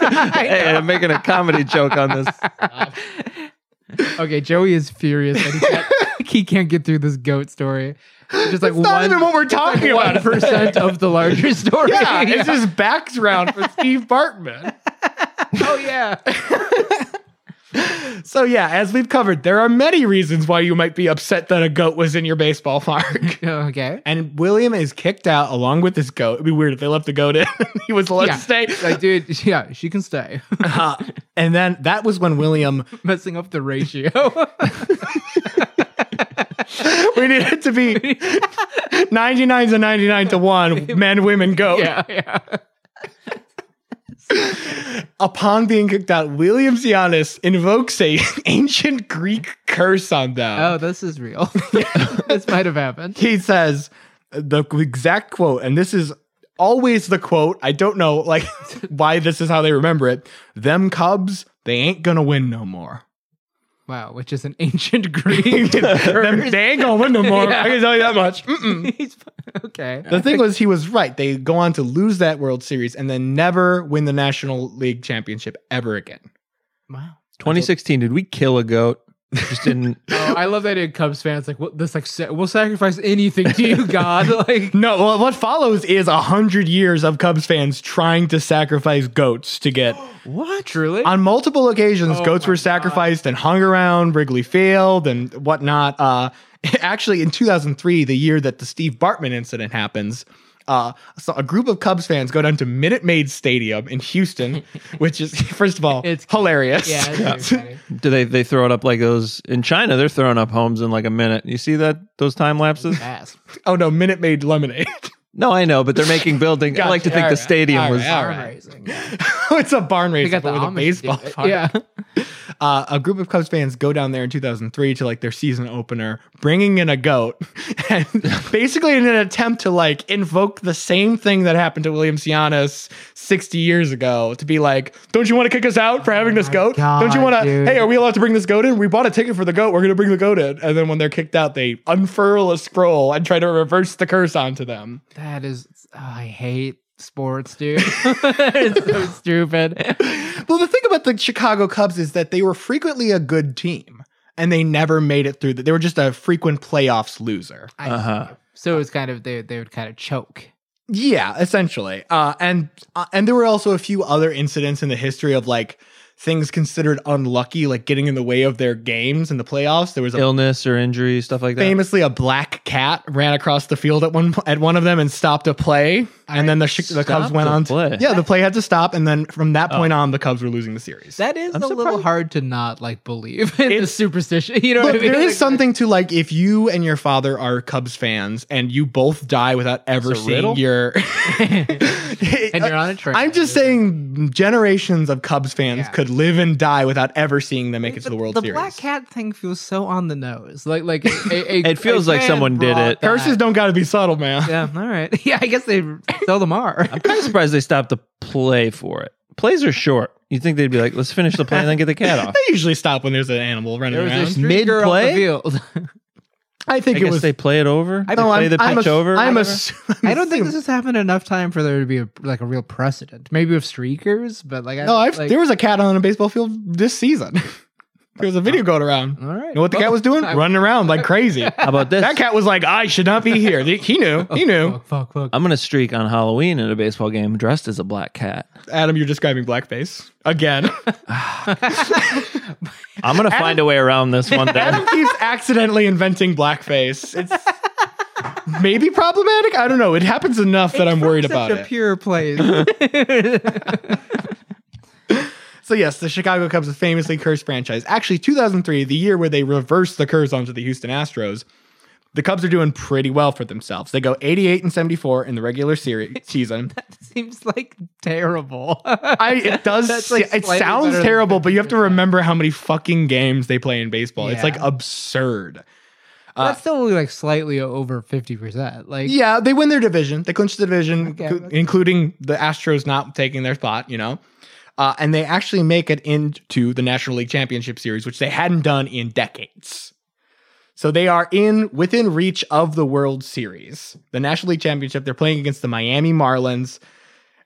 Speaker 6: Hey, I'm making a comedy joke on this.
Speaker 4: Okay, Joey is furious that he can't, he can't get through this goat story. It's Just like
Speaker 5: It's not
Speaker 4: one
Speaker 5: even what we're talking about.
Speaker 4: one percent of the larger story.
Speaker 5: Yeah, it's just background for Steve Bartman.
Speaker 4: oh yeah.
Speaker 5: So yeah, as we've covered, there are many reasons why you might be upset that a goat was in your baseball park.
Speaker 4: Okay.
Speaker 5: And William is kicked out along with this goat. It'd be weird if they left the goat in. he was allowed
Speaker 4: Yeah.
Speaker 5: to stay.
Speaker 4: Like, dude, yeah, she can stay.
Speaker 5: Uh, and then that was when William.
Speaker 4: Messing up the ratio.
Speaker 5: We need it to be 99 to 99 to 1 men, women, goat.
Speaker 4: yeah, yeah.
Speaker 5: Upon being kicked out, William Giannis invokes a ancient Greek curse on them.
Speaker 4: Oh, this is real. this might have happened.
Speaker 5: he says the exact quote, and this is always the quote. I don't know like why this is how they remember it. Them Cubs, they ain't gonna win no more.
Speaker 4: Wow, which is an ancient Greek.
Speaker 5: Them- they ain't gonna win no more. I can tell you that much. Mm-mm.
Speaker 4: He's- okay.
Speaker 5: The thing was, he was right. They go on to lose that World Series and then never win the National League Championship ever again.
Speaker 4: Wow.
Speaker 6: 2016, did we kill a goat? Just didn't.
Speaker 4: Oh, I love that in Cubs fans like what this like sa- we'll sacrifice anything to you, God. Like
Speaker 5: No, well, what follows is a hundred years of Cubs fans trying to sacrifice goats to get.
Speaker 6: what?
Speaker 4: truly.
Speaker 5: On multiple occasions,
Speaker 4: Oh
Speaker 5: goats
Speaker 4: my
Speaker 5: were sacrificed and hung around Wrigley Field and whatnot. Uh, actually, in 2003, the year that the Steve Bartman incident happens, uh, so a group of Cubs fans go down to Minute Maid Stadium in Houston, which is, first of all,
Speaker 4: It's-
Speaker 5: it's hilarious.
Speaker 4: yeah, it's really funny.
Speaker 6: Do they they throw it up like those in China? They're throwing up homes in like a minute. You see that those time lapses?
Speaker 4: Ass.
Speaker 5: oh, no, Minute Maid Lemonade.
Speaker 6: No, I know, but they're making building. I like to
Speaker 5: Gotcha.
Speaker 6: think
Speaker 5: All
Speaker 6: the
Speaker 5: right.
Speaker 6: stadium
Speaker 5: All
Speaker 6: was.
Speaker 5: right.
Speaker 4: Arm raising.
Speaker 5: it's a barn race
Speaker 4: They got the
Speaker 5: with a
Speaker 4: Amish
Speaker 5: baseball
Speaker 4: do it.
Speaker 5: farm.
Speaker 4: Yeah.
Speaker 5: uh, a group of Cubs fans go down there in 2003 to like their season opener, bringing in a goat, and basically in an attempt to like invoke the same thing that happened to William Cianis 60 years ago to be like, don't you want to kick us out for having this goat? don't you
Speaker 4: Oh God,
Speaker 5: want to?
Speaker 4: dude.
Speaker 5: Hey, are we allowed to bring this goat in? We bought a ticket for the goat. We're gonna bring the goat in. And then when they're kicked out, they unfurl a scroll and try to reverse the curse onto them.
Speaker 4: That is oh, I hate sports, dude. it's so stupid.
Speaker 5: Well, the thing about the Chicago Cubs is that they were frequently a good team. And they never made it through that. They were just a frequent playoffs loser.
Speaker 4: I-
Speaker 6: Uh huh.
Speaker 4: So it's kind of they they would kind of choke.
Speaker 5: Yeah, essentially. Uh, and uh, and there were also a few other incidents in the history of like things considered unlucky, like getting in the way of their games in the playoffs. There was a,
Speaker 6: Illness or injury, stuff like that.
Speaker 5: famously a black cat ran across the field at one at one of them and stopped a play, and then the Chi- the Cubs
Speaker 6: Stopped
Speaker 5: went
Speaker 6: a
Speaker 5: on. to-
Speaker 6: play?
Speaker 5: Yeah, the play had to stop, and then from that point on, the Cubs were losing the series.
Speaker 4: That is
Speaker 6: I'm
Speaker 4: a little
Speaker 6: surprised-
Speaker 4: hard to not like believe in the superstition. You know
Speaker 5: But
Speaker 4: what I mean?
Speaker 5: there is
Speaker 4: Like,
Speaker 5: something to like if you and your father are Cubs fans and you both die without ever
Speaker 6: It's a
Speaker 5: seeing
Speaker 6: riddle?
Speaker 5: your
Speaker 4: and you're on a train.
Speaker 5: I'm just
Speaker 4: It's-
Speaker 5: saying generations of Cubs fans
Speaker 4: Yeah.
Speaker 5: could live and die without ever seeing them make it
Speaker 4: But
Speaker 5: to the World
Speaker 4: the
Speaker 5: Series.
Speaker 4: black cat thing feels so on the nose. Like like a, a-
Speaker 6: It feels
Speaker 4: a
Speaker 6: like
Speaker 4: fan
Speaker 6: someone did
Speaker 4: brought
Speaker 6: it.
Speaker 4: that-
Speaker 5: Curses don't got to be subtle, man.
Speaker 4: Yeah, all right. Yeah, I guess they seldom are.
Speaker 6: I'm kind of surprised they stopped the play for it. Plays are short. You think they'd be like, let's finish the play and then get the cat off.
Speaker 5: They usually stop when there's an animal
Speaker 4: There
Speaker 5: running
Speaker 4: was
Speaker 5: around.
Speaker 4: a streaker on the
Speaker 6: Mid-play?
Speaker 4: field.
Speaker 5: I think
Speaker 6: I
Speaker 5: it
Speaker 6: guess
Speaker 5: was.
Speaker 6: they play it over.
Speaker 5: I
Speaker 6: they
Speaker 5: know,
Speaker 6: play
Speaker 5: I'm-
Speaker 6: the
Speaker 5: I'm
Speaker 6: pitch
Speaker 5: ass-
Speaker 6: over.
Speaker 5: I'm
Speaker 6: or whatever?
Speaker 5: ass-
Speaker 4: I don't think this has happened enough time for there to be a like a real precedent. Maybe with streakers, but like I
Speaker 5: No, I've,
Speaker 4: like,
Speaker 5: there was a cat on a baseball field this season. there was a video going around.
Speaker 4: all right.
Speaker 5: You know what the
Speaker 4: Well,
Speaker 5: cat was doing?
Speaker 4: Oh. I-
Speaker 5: Running around like crazy.
Speaker 6: How about this?
Speaker 5: that cat was like, I should not be here. He knew. He knew.
Speaker 4: Fuck, fuck, fuck.
Speaker 6: I'm gonna streak on Halloween in a baseball game dressed as a black cat.
Speaker 5: Adam, you're describing blackface again.
Speaker 6: I'm gonna find a way around this one day.
Speaker 5: Adam keeps accidentally inventing blackface. It's maybe problematic. I don't know. It happens enough that I'm worried
Speaker 4: Such
Speaker 5: about
Speaker 4: a
Speaker 5: it.
Speaker 4: pure place.
Speaker 5: so yes, the Chicago Cubs, a famously cursed franchise. Actually, 2003, the year where they reversed the curse onto the Houston Astros, the Cubs are doing pretty well for themselves. They go 88 and 74 in the regular series season.
Speaker 4: Seems like terrible.
Speaker 5: I it does
Speaker 4: That's, like,
Speaker 5: it
Speaker 4: slightly better
Speaker 5: sounds
Speaker 4: than
Speaker 5: terrible, but you have to remember how many fucking games they play in baseball. It's
Speaker 4: Yeah.
Speaker 5: like absurd.
Speaker 4: That's still only like slightly over fifty percent. Like
Speaker 5: Uh, Yeah, they win their division. They clinch the division,
Speaker 4: Okay,
Speaker 5: co-
Speaker 4: that's-
Speaker 5: including the Astros not taking their spot, you know. Uh, and they actually make it into the National League Championship Series, which they hadn't done in decades. So they are in within reach of the World Series, the National League Championship. They're playing against the Miami Marlins,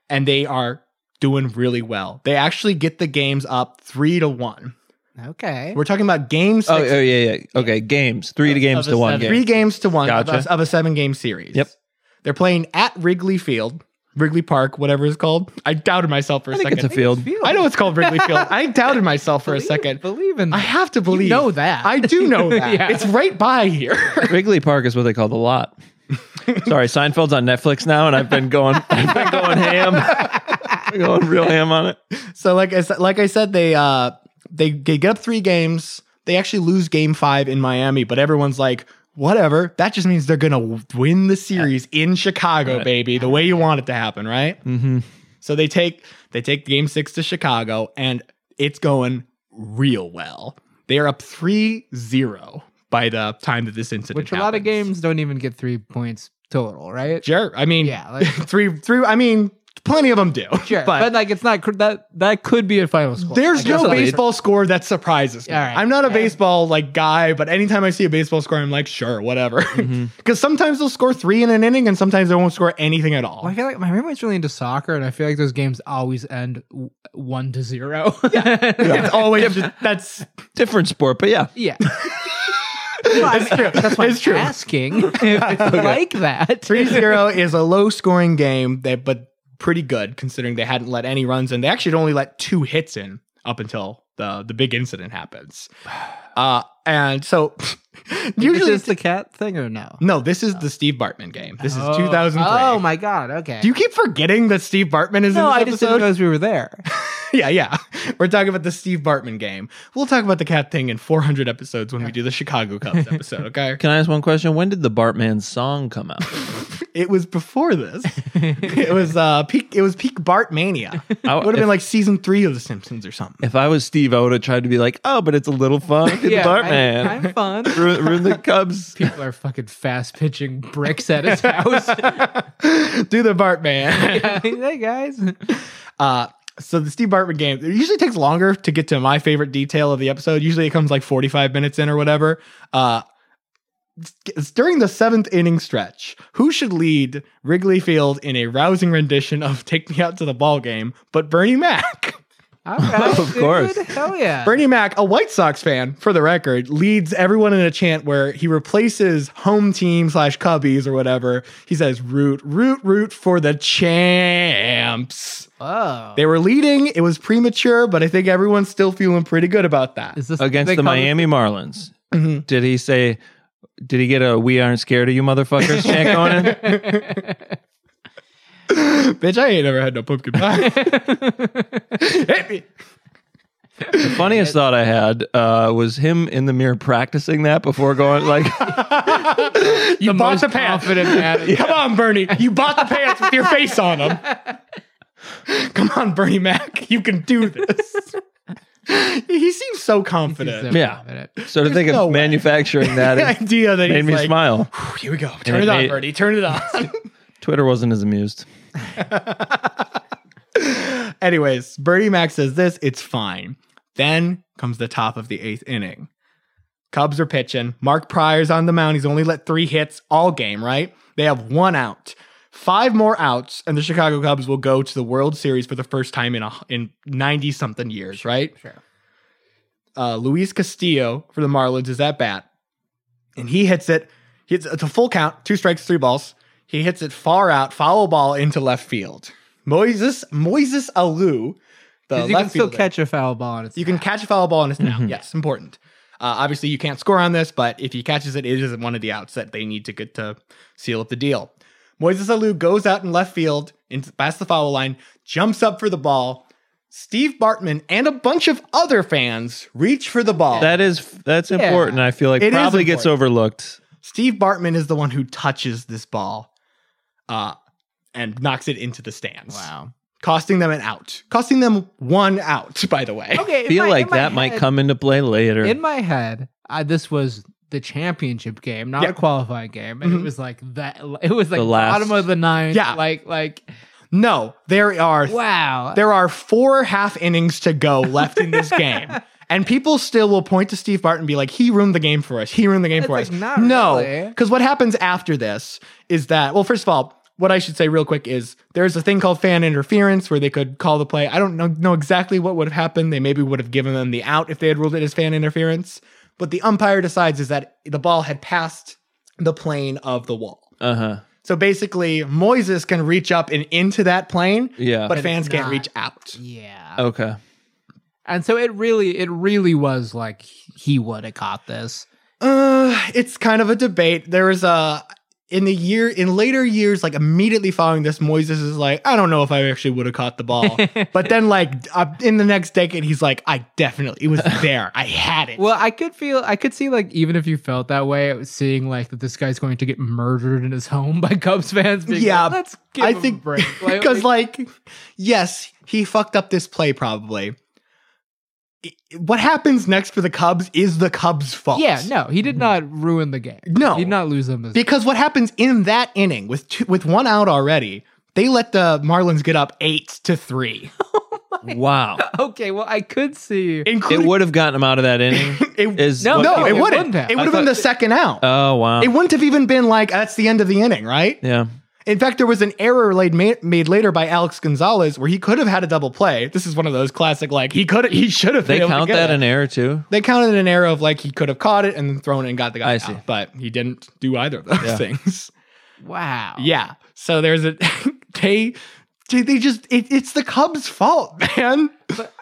Speaker 5: and they are doing really well. They actually get the games up three to one.
Speaker 4: okay.
Speaker 5: We're talking about game
Speaker 6: Oh, oh
Speaker 5: six,
Speaker 6: yeah, yeah. Okay, games. Three to games
Speaker 4: of
Speaker 6: to
Speaker 4: a
Speaker 6: one
Speaker 4: seven.
Speaker 6: game.
Speaker 5: three games to one of
Speaker 6: Gotcha.
Speaker 5: a- of a seven game series.
Speaker 6: Yep.
Speaker 5: They're playing at Wrigley Field, Wrigley Park, whatever it's called. I doubted myself for a
Speaker 6: I think
Speaker 5: second.
Speaker 6: it's a field.
Speaker 5: I know it's called Wrigley Field. I doubted myself for a
Speaker 4: Believe-
Speaker 5: second.
Speaker 4: Believe in
Speaker 5: I have to believe.
Speaker 4: know that.
Speaker 5: I do know that.
Speaker 4: Yeah.
Speaker 5: It's right by here.
Speaker 6: Wrigley Park is what they call the lot. Sorry, Seinfeld's on Netflix now, and I've been going, I've been going ham, I've been going real ham on it.
Speaker 5: so like I said, like I said, they uh they, they get up three games. They actually lose game five in Miami, but everyone's like, whatever. That just means they're gonna w- win the series in Chicago, baby. The way you want it to happen, right?
Speaker 6: Mm-hmm.
Speaker 5: So they take they take game six to Chicago, and it's going real well. They are up 3-0 by the time that this incident.
Speaker 4: which a lot of
Speaker 5: happens.
Speaker 4: games don't even get three points total, right?
Speaker 5: Sure, I mean,
Speaker 4: Yeah, like-
Speaker 5: three three. I mean, Plenty of them do.
Speaker 4: Sure, but, like it's not cr- that that could be a final score. I
Speaker 5: There's
Speaker 4: guess
Speaker 5: no
Speaker 4: I'll-
Speaker 5: baseball score that surprises me.
Speaker 4: All right.
Speaker 5: I'm not a baseball like guy, but anytime I see a baseball score, I'm like, sure, whatever. Because
Speaker 4: Mm-hmm.
Speaker 5: sometimes they'll score three in an inning, and sometimes they won't score anything at all.
Speaker 4: Well, I feel like my roommate's really into soccer, and I feel like those games always end w- one to zero.
Speaker 5: It's always just, that's
Speaker 6: Different sport, but yeah.
Speaker 4: yeah,
Speaker 5: that's true. That's
Speaker 4: I'm
Speaker 5: it's true.
Speaker 4: Asking if it's like that.
Speaker 5: 3-0 is a low scoring game that but pretty good considering they hadn't let any runs in. They actually had only let two hits in up until the the big incident happens. Uh and so usually
Speaker 4: is this the cat thing or no?
Speaker 5: no, this is the Steve Bartman game. This is
Speaker 4: Oh.
Speaker 5: 2003.
Speaker 4: Oh my god. Okay.
Speaker 5: Do you keep forgetting that Steve Bartman is
Speaker 4: no,
Speaker 5: in this
Speaker 4: I
Speaker 5: episode?
Speaker 4: just didn't realize we were there.
Speaker 5: yeah, yeah. We're talking about the Steve Bartman game. We'll talk about the cat thing in 400 episodes when we do the Chicago Cubs episode, okay?
Speaker 6: Can I ask one question? When did the Bartman song come out?
Speaker 5: It was before this. it was uh peak it was peak Bart mania. It
Speaker 6: I-
Speaker 5: would have
Speaker 6: if-
Speaker 5: been like season 3 of the Simpsons or something.
Speaker 6: If I was Steve, I would have tried to be like, oh, but it's a little fun. It's
Speaker 4: I,
Speaker 6: Bartman.
Speaker 4: am fun.
Speaker 6: ruin, ruin the Cubs.
Speaker 4: People are fucking fast pitching bricks at his house.
Speaker 5: Do the Bartman.
Speaker 4: hey guys.
Speaker 5: Uh so the Steve Bartman game, it usually takes longer to get to my favorite detail of the episode. Usually it comes like 45 minutes in or whatever. Uh it's during the seventh inning stretch, who should lead Wrigley Field in a rousing rendition of Take Me Out to the Ball Game but Bernie Mac?
Speaker 4: All right,
Speaker 6: Of
Speaker 4: dude.
Speaker 6: course.
Speaker 4: Hell yeah.
Speaker 5: Bernie Mac, a White Sox fan, for the record, leads everyone in a chant where he replaces home team slash Cubbies or whatever. He says, root, root, root for the champs.
Speaker 4: Oh.
Speaker 5: They were leading. It was premature, but I think everyone's still feeling pretty good about that.
Speaker 4: Is this
Speaker 6: Against
Speaker 4: they
Speaker 6: the
Speaker 4: call this-
Speaker 6: Miami Marlins. Did he say, did he get a we aren't scared of you motherfuckers chant going in?
Speaker 5: Bitch, I ain't never had no pumpkin pie. Hit me.
Speaker 6: The funniest thought I had uh, was him in the mirror practicing that before going, like,
Speaker 5: You bought
Speaker 4: most
Speaker 5: the pants.
Speaker 4: confident man.
Speaker 5: Come on, Bernie. You bought the pants with your face on them. Come on, Bernie Mac. You can do this. he seems so confident.
Speaker 6: Yeah.
Speaker 4: Uh,
Speaker 6: so to
Speaker 5: There's
Speaker 6: think
Speaker 5: no
Speaker 6: of
Speaker 5: way.
Speaker 6: manufacturing that,
Speaker 5: the
Speaker 6: it
Speaker 5: idea that
Speaker 6: made
Speaker 5: he's
Speaker 6: me
Speaker 5: like,
Speaker 6: smile.
Speaker 5: Here we go. Turn
Speaker 6: it
Speaker 5: it, on,
Speaker 6: made-
Speaker 5: Bernie. Turn it on.
Speaker 6: Twitter wasn't as amused.
Speaker 5: Anyways, Bernie Mac says this. It's fine. Then comes the top of the eighth inning. Cubs are pitching. Mark Pryor's on the mound. He's only let three hits all game, right? They have one out. Five more outs, and the Chicago Cubs will go to the World Series for the first time in a, in 90 something years, right?
Speaker 4: Sure.
Speaker 5: uh, Luis Castillo for the Marlins is at bat, and he hits it. He hits it's a full count, two strikes, three balls. He hits it far out, foul ball into left field. Moises Moises Alou, the
Speaker 4: You
Speaker 5: left
Speaker 4: can still
Speaker 5: fielder.
Speaker 4: catch a foul ball and it's
Speaker 5: You can catch a foul ball and it's now.
Speaker 4: Mm-hmm.
Speaker 5: Yes, important. Uh, obviously, you can't score on this, but if he catches it, it isn't one of the outs that they need to get to seal up the deal. Moises Alou goes out in left field, in, past the foul line, jumps up for the ball. Steve Bartman and a bunch of other fans reach for the ball.
Speaker 6: That is, that's important. I feel like
Speaker 5: It is
Speaker 6: probably gets
Speaker 5: important.
Speaker 6: overlooked.
Speaker 5: Steve Bartman is the one who touches this ball uh, and knocks it into the stands.
Speaker 4: Wow.
Speaker 5: Costing them an out. Costing them one out, by the way.
Speaker 4: Okay.
Speaker 6: I feel like that might come into play later.
Speaker 4: In my head, I, this was the championship game, not
Speaker 5: Yeah.
Speaker 4: a qualifying game, and
Speaker 5: Mhm.
Speaker 4: it was like that. It was like
Speaker 6: Mm-hmm. The last-
Speaker 4: bottom of the ninth.
Speaker 5: Yeah.
Speaker 4: Like like
Speaker 5: No, there are
Speaker 4: wow.
Speaker 5: There are four half innings to go left in this game. And people still will point to Steve Barton and be like, he ruined the game for us. He ruined the game
Speaker 4: It's
Speaker 5: for
Speaker 4: like,
Speaker 5: us.
Speaker 4: not
Speaker 5: no.
Speaker 4: really.
Speaker 5: Because what happens after this is that, well, first of all, what I should say real quick is there's a thing called fan interference where they could call the play. I don't know, know exactly what would have happened. They maybe would have given them the out if they had ruled it as fan interference. But the umpire decides is that the ball had passed the plane of the wall.
Speaker 6: uh huh.
Speaker 5: So basically, Moises can reach up and into that plane,
Speaker 6: Yeah.
Speaker 5: but fans can't
Speaker 4: not.
Speaker 5: reach out.
Speaker 4: yeah.
Speaker 6: Okay.
Speaker 4: And so it really, it really was like he would have caught this.
Speaker 5: Uh, it's kind of a debate. There was a in the year in later years, like immediately following this, Moises is like, I don't know if I actually would have caught the ball. but then, like uh, in the next decade, he's like, I definitely it was there. I had it.
Speaker 4: Well, I could feel, I could see like even if you felt that way, it was seeing like that this guy's going to get murdered in his home by Cubs fans. being
Speaker 5: Yeah,
Speaker 4: like, let's give
Speaker 5: I
Speaker 4: him
Speaker 5: think
Speaker 4: a break. Like,
Speaker 5: because like yes, he fucked up this play probably. I- What happens next for the Cubs is the Cubs' fault.
Speaker 4: yeah, no, he did not ruin the game.
Speaker 5: Mm-hmm. No.
Speaker 4: he did not lose them. This
Speaker 5: Because what happens in that inning with two, with one out already, They let the Marlins get up eight to three,
Speaker 6: Wow.
Speaker 4: Okay, well, I could see.
Speaker 6: It
Speaker 5: including
Speaker 6: would have gotten him out of that inning.
Speaker 5: it,
Speaker 6: Is
Speaker 4: No,
Speaker 6: what
Speaker 5: no,
Speaker 6: people-
Speaker 5: it, wouldn't.
Speaker 4: wouldn't have.
Speaker 5: It
Speaker 4: I
Speaker 5: would have been
Speaker 6: thought-
Speaker 5: the second out.
Speaker 6: Oh wow.
Speaker 5: it wouldn't have even been like that's the end of the inning, right?
Speaker 6: yeah.
Speaker 5: In fact, there was an error laid, ma- made later by Alex Gonzalez where he could have had a double play. This is one of those classic like he could he should have.
Speaker 6: They
Speaker 5: been able to
Speaker 6: count
Speaker 5: get
Speaker 6: that
Speaker 5: it.
Speaker 6: an error too.
Speaker 5: they counted an error of like he could have caught it and then thrown it and got the guy
Speaker 6: I
Speaker 5: out,
Speaker 6: see.
Speaker 5: but he didn't do either of those
Speaker 6: Yeah.
Speaker 5: things.
Speaker 4: Wow.
Speaker 5: Yeah. So there's a they they just it, it's the Cubs' fault, man.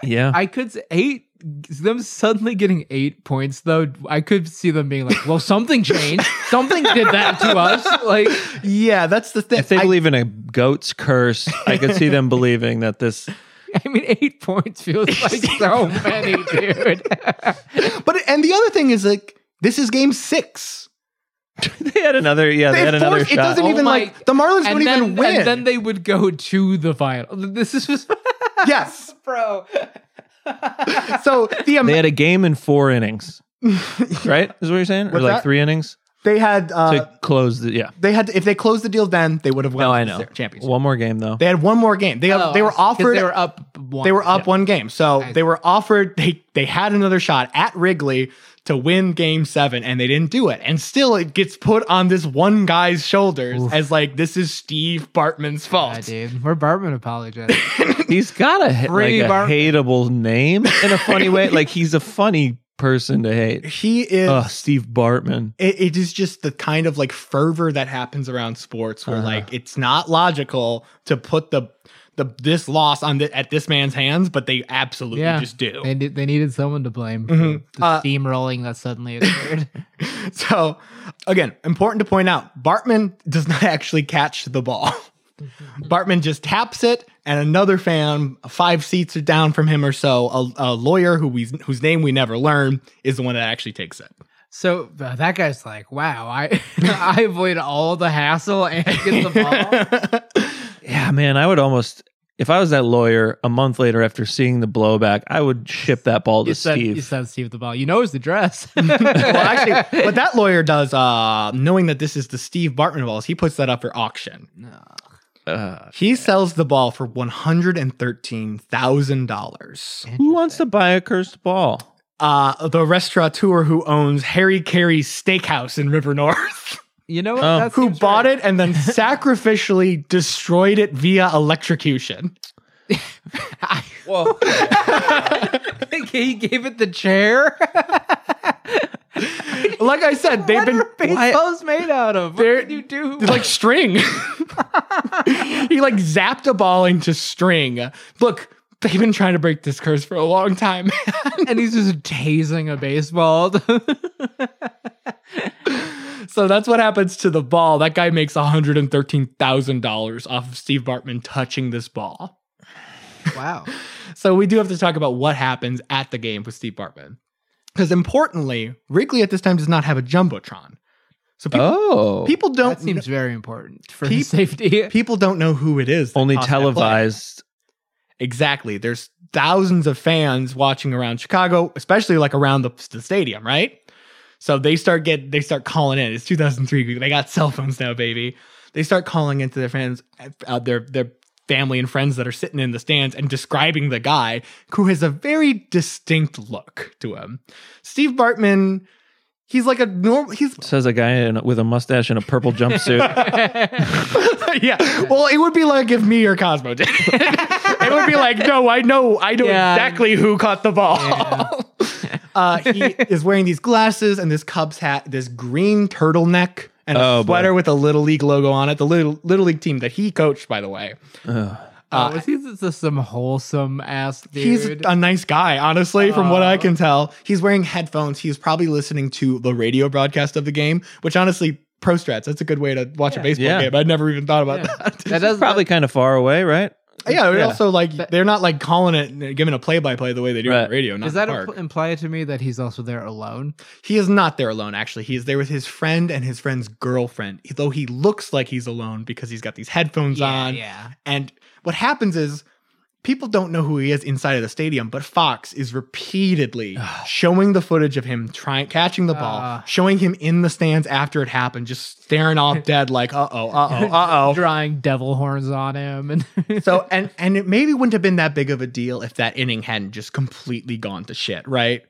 Speaker 6: Yeah.
Speaker 4: I could s- eight them suddenly getting eight points though. I could see them being like, "Well, something changed. Something did that to us." Like,
Speaker 5: Yeah, that's the thing.
Speaker 6: if they
Speaker 5: I-
Speaker 6: believe in a goat's curse, I could see them believing that this.
Speaker 4: I mean, eight points feels like so many, dude.
Speaker 5: but and the other thing is like this is game six.
Speaker 6: They had another. Yeah, they,
Speaker 5: They
Speaker 6: had another
Speaker 5: forced- it
Speaker 6: shot.
Speaker 5: doesn't
Speaker 4: Oh
Speaker 5: even
Speaker 4: my-
Speaker 5: like the Marlins don't
Speaker 4: then,
Speaker 5: even win.
Speaker 4: and then they would go to the final. This is just,
Speaker 5: yes.
Speaker 4: bro.
Speaker 5: So the
Speaker 6: They
Speaker 5: amount
Speaker 6: had a game in four innings. right? Is what you're saying? or
Speaker 5: What's
Speaker 6: like
Speaker 5: that?
Speaker 6: three innings
Speaker 5: they had uh,
Speaker 6: to close the. Yeah.
Speaker 5: they had if they closed the deal then they would have won
Speaker 6: No, I
Speaker 5: the
Speaker 6: know.
Speaker 5: championship.
Speaker 6: One more game though.
Speaker 5: They had one more game. They
Speaker 4: Oh,
Speaker 5: they
Speaker 4: I
Speaker 5: were
Speaker 4: see, 'cause
Speaker 5: offered
Speaker 4: They were up. One.
Speaker 5: They were up
Speaker 4: Yeah.
Speaker 5: one game. So
Speaker 4: I-
Speaker 5: they were offered, they, they had another shot at Wrigley to win game seven, and they didn't do it. And still, it gets put on this one guy's shoulders as like, this is Steve Bartman's
Speaker 4: Yeah,
Speaker 5: fault.
Speaker 4: dude. We're Bartman apologetic.
Speaker 6: He's got a, ha- like
Speaker 4: Free
Speaker 6: a
Speaker 4: Bar-
Speaker 6: hateable name in a funny way. Like he's a funny person to hate.
Speaker 5: he is.
Speaker 6: Oh, Steve Bartman.
Speaker 5: It, it is just the kind of like fervor that happens around sports where
Speaker 6: Uh-huh.
Speaker 5: like it's not logical to put the the this loss on the, at this man's hands, but they absolutely
Speaker 4: Yeah.
Speaker 5: just do.
Speaker 4: they, ne- they needed someone to blame for
Speaker 5: Mhm.
Speaker 4: the
Speaker 5: Uh,
Speaker 4: steamrolling that suddenly occurred.
Speaker 5: So, again, important to point out Bartman does not actually catch the ball. Bartman just taps it, and another fan, five seats down from him or so, a, a lawyer who we, whose name we never learn, is the one that actually takes it.
Speaker 4: So uh, that guy's like, "Wow, I I avoid all the hassle and get the ball."
Speaker 6: Yeah, man. I would almost. If I was that lawyer a month later after seeing the blowback, I would ship that ball to
Speaker 4: you said
Speaker 6: Steve.
Speaker 4: you said Steve Mm-hmm. the ball. You know his address.
Speaker 5: well, actually, what that lawyer does, uh, knowing that this is the Steve Bartman ball, is he puts that up for auction.
Speaker 6: Uh,
Speaker 5: He sells the ball for one hundred and thirteen thousand dollars.
Speaker 6: who wants to buy a cursed ball?
Speaker 5: Uh, the restaurateur who owns Harry Carey's Steakhouse in River North.
Speaker 4: you know what?
Speaker 6: Oh.
Speaker 4: That
Speaker 5: who
Speaker 4: seems
Speaker 5: bought
Speaker 4: right.
Speaker 5: it and then sacrificially destroyed it via electrocution.
Speaker 6: Whoa.
Speaker 4: I think he gave it the chair.
Speaker 5: Like I said, they've
Speaker 4: what
Speaker 5: been
Speaker 4: are baseball's made out of? What
Speaker 5: They're-
Speaker 4: did you do?
Speaker 5: it's like string. he like zapped a ball into string. Look, they've been trying to break this curse for a long time.
Speaker 4: and he's just tasing a baseball.
Speaker 5: so that's what happens to the ball. That guy makes $113,000 off of Steve Bartman touching this ball.
Speaker 4: wow.
Speaker 5: So we do have to talk about what happens at the game with Steve Bartman. Because importantly, Wrigley at this time does not have a jumbotron. So people,
Speaker 6: Oh.
Speaker 5: people don't
Speaker 4: That seems very important for
Speaker 5: Peop-
Speaker 4: his safety.
Speaker 5: people don't know who it is. that
Speaker 6: Only
Speaker 5: tossed that play.
Speaker 6: televised.
Speaker 5: Exactly. There's thousands of fans watching around Chicago, especially like around the, the stadium, right? So they start get they start calling in. It's 2003. They got cell phones now, baby. They start calling into their fans, uh, their their family and friends that are sitting in the stands and describing the guy who has a very distinct look to him. Steve Bartman, he's like a normal. He's
Speaker 6: Says a guy in, with a mustache and a purple jumpsuit.
Speaker 5: yeah. Well, it would be like if me or Cosmo did. it would be like, no, I know, I know
Speaker 4: Yeah.
Speaker 5: exactly who caught the ball. uh, he is wearing these glasses and this Cubs hat, this green turtleneck, and a
Speaker 6: Oh, boy.
Speaker 5: sweater with a Little League logo on it. The little Little League team that he coached, by the way.
Speaker 6: Ugh.
Speaker 5: Uh,
Speaker 4: oh, is he just some wholesome ass dude?
Speaker 5: He's a nice guy, honestly, from what I can tell. He's wearing headphones. He's probably listening to the radio broadcast of the game, which honestly, pro strats, that's a good way to watch a baseball
Speaker 6: Yeah.
Speaker 5: game. I'd never even thought about
Speaker 4: Yeah.
Speaker 5: that.
Speaker 4: that does
Speaker 6: Probably kind of far away, right?
Speaker 5: Uh, Yeah, and
Speaker 6: Yeah.
Speaker 5: also like they're not like calling it, and giving a play-by-play the way they do on
Speaker 6: Right.
Speaker 5: the radio. Not
Speaker 4: Does that
Speaker 5: the park.
Speaker 4: impl- imply to me that he's also there alone?
Speaker 5: he is not there alone. Actually, he is there with his friend and his friend's girlfriend. Though he looks like he's alone because he's got these headphones on.
Speaker 4: yeah.
Speaker 5: And what happens is people don't know who he is inside of the stadium, but Fox is repeatedly showing the footage of him trying catching the ball,
Speaker 6: Uh.
Speaker 4: Ah.
Speaker 5: showing him in the stands after it happened, just staring off dead, like uh oh, uh oh, uh oh.
Speaker 4: drawing devil horns on him and
Speaker 5: So and and it maybe wouldn't have been that big of a deal if that inning hadn't just completely gone to shit, right?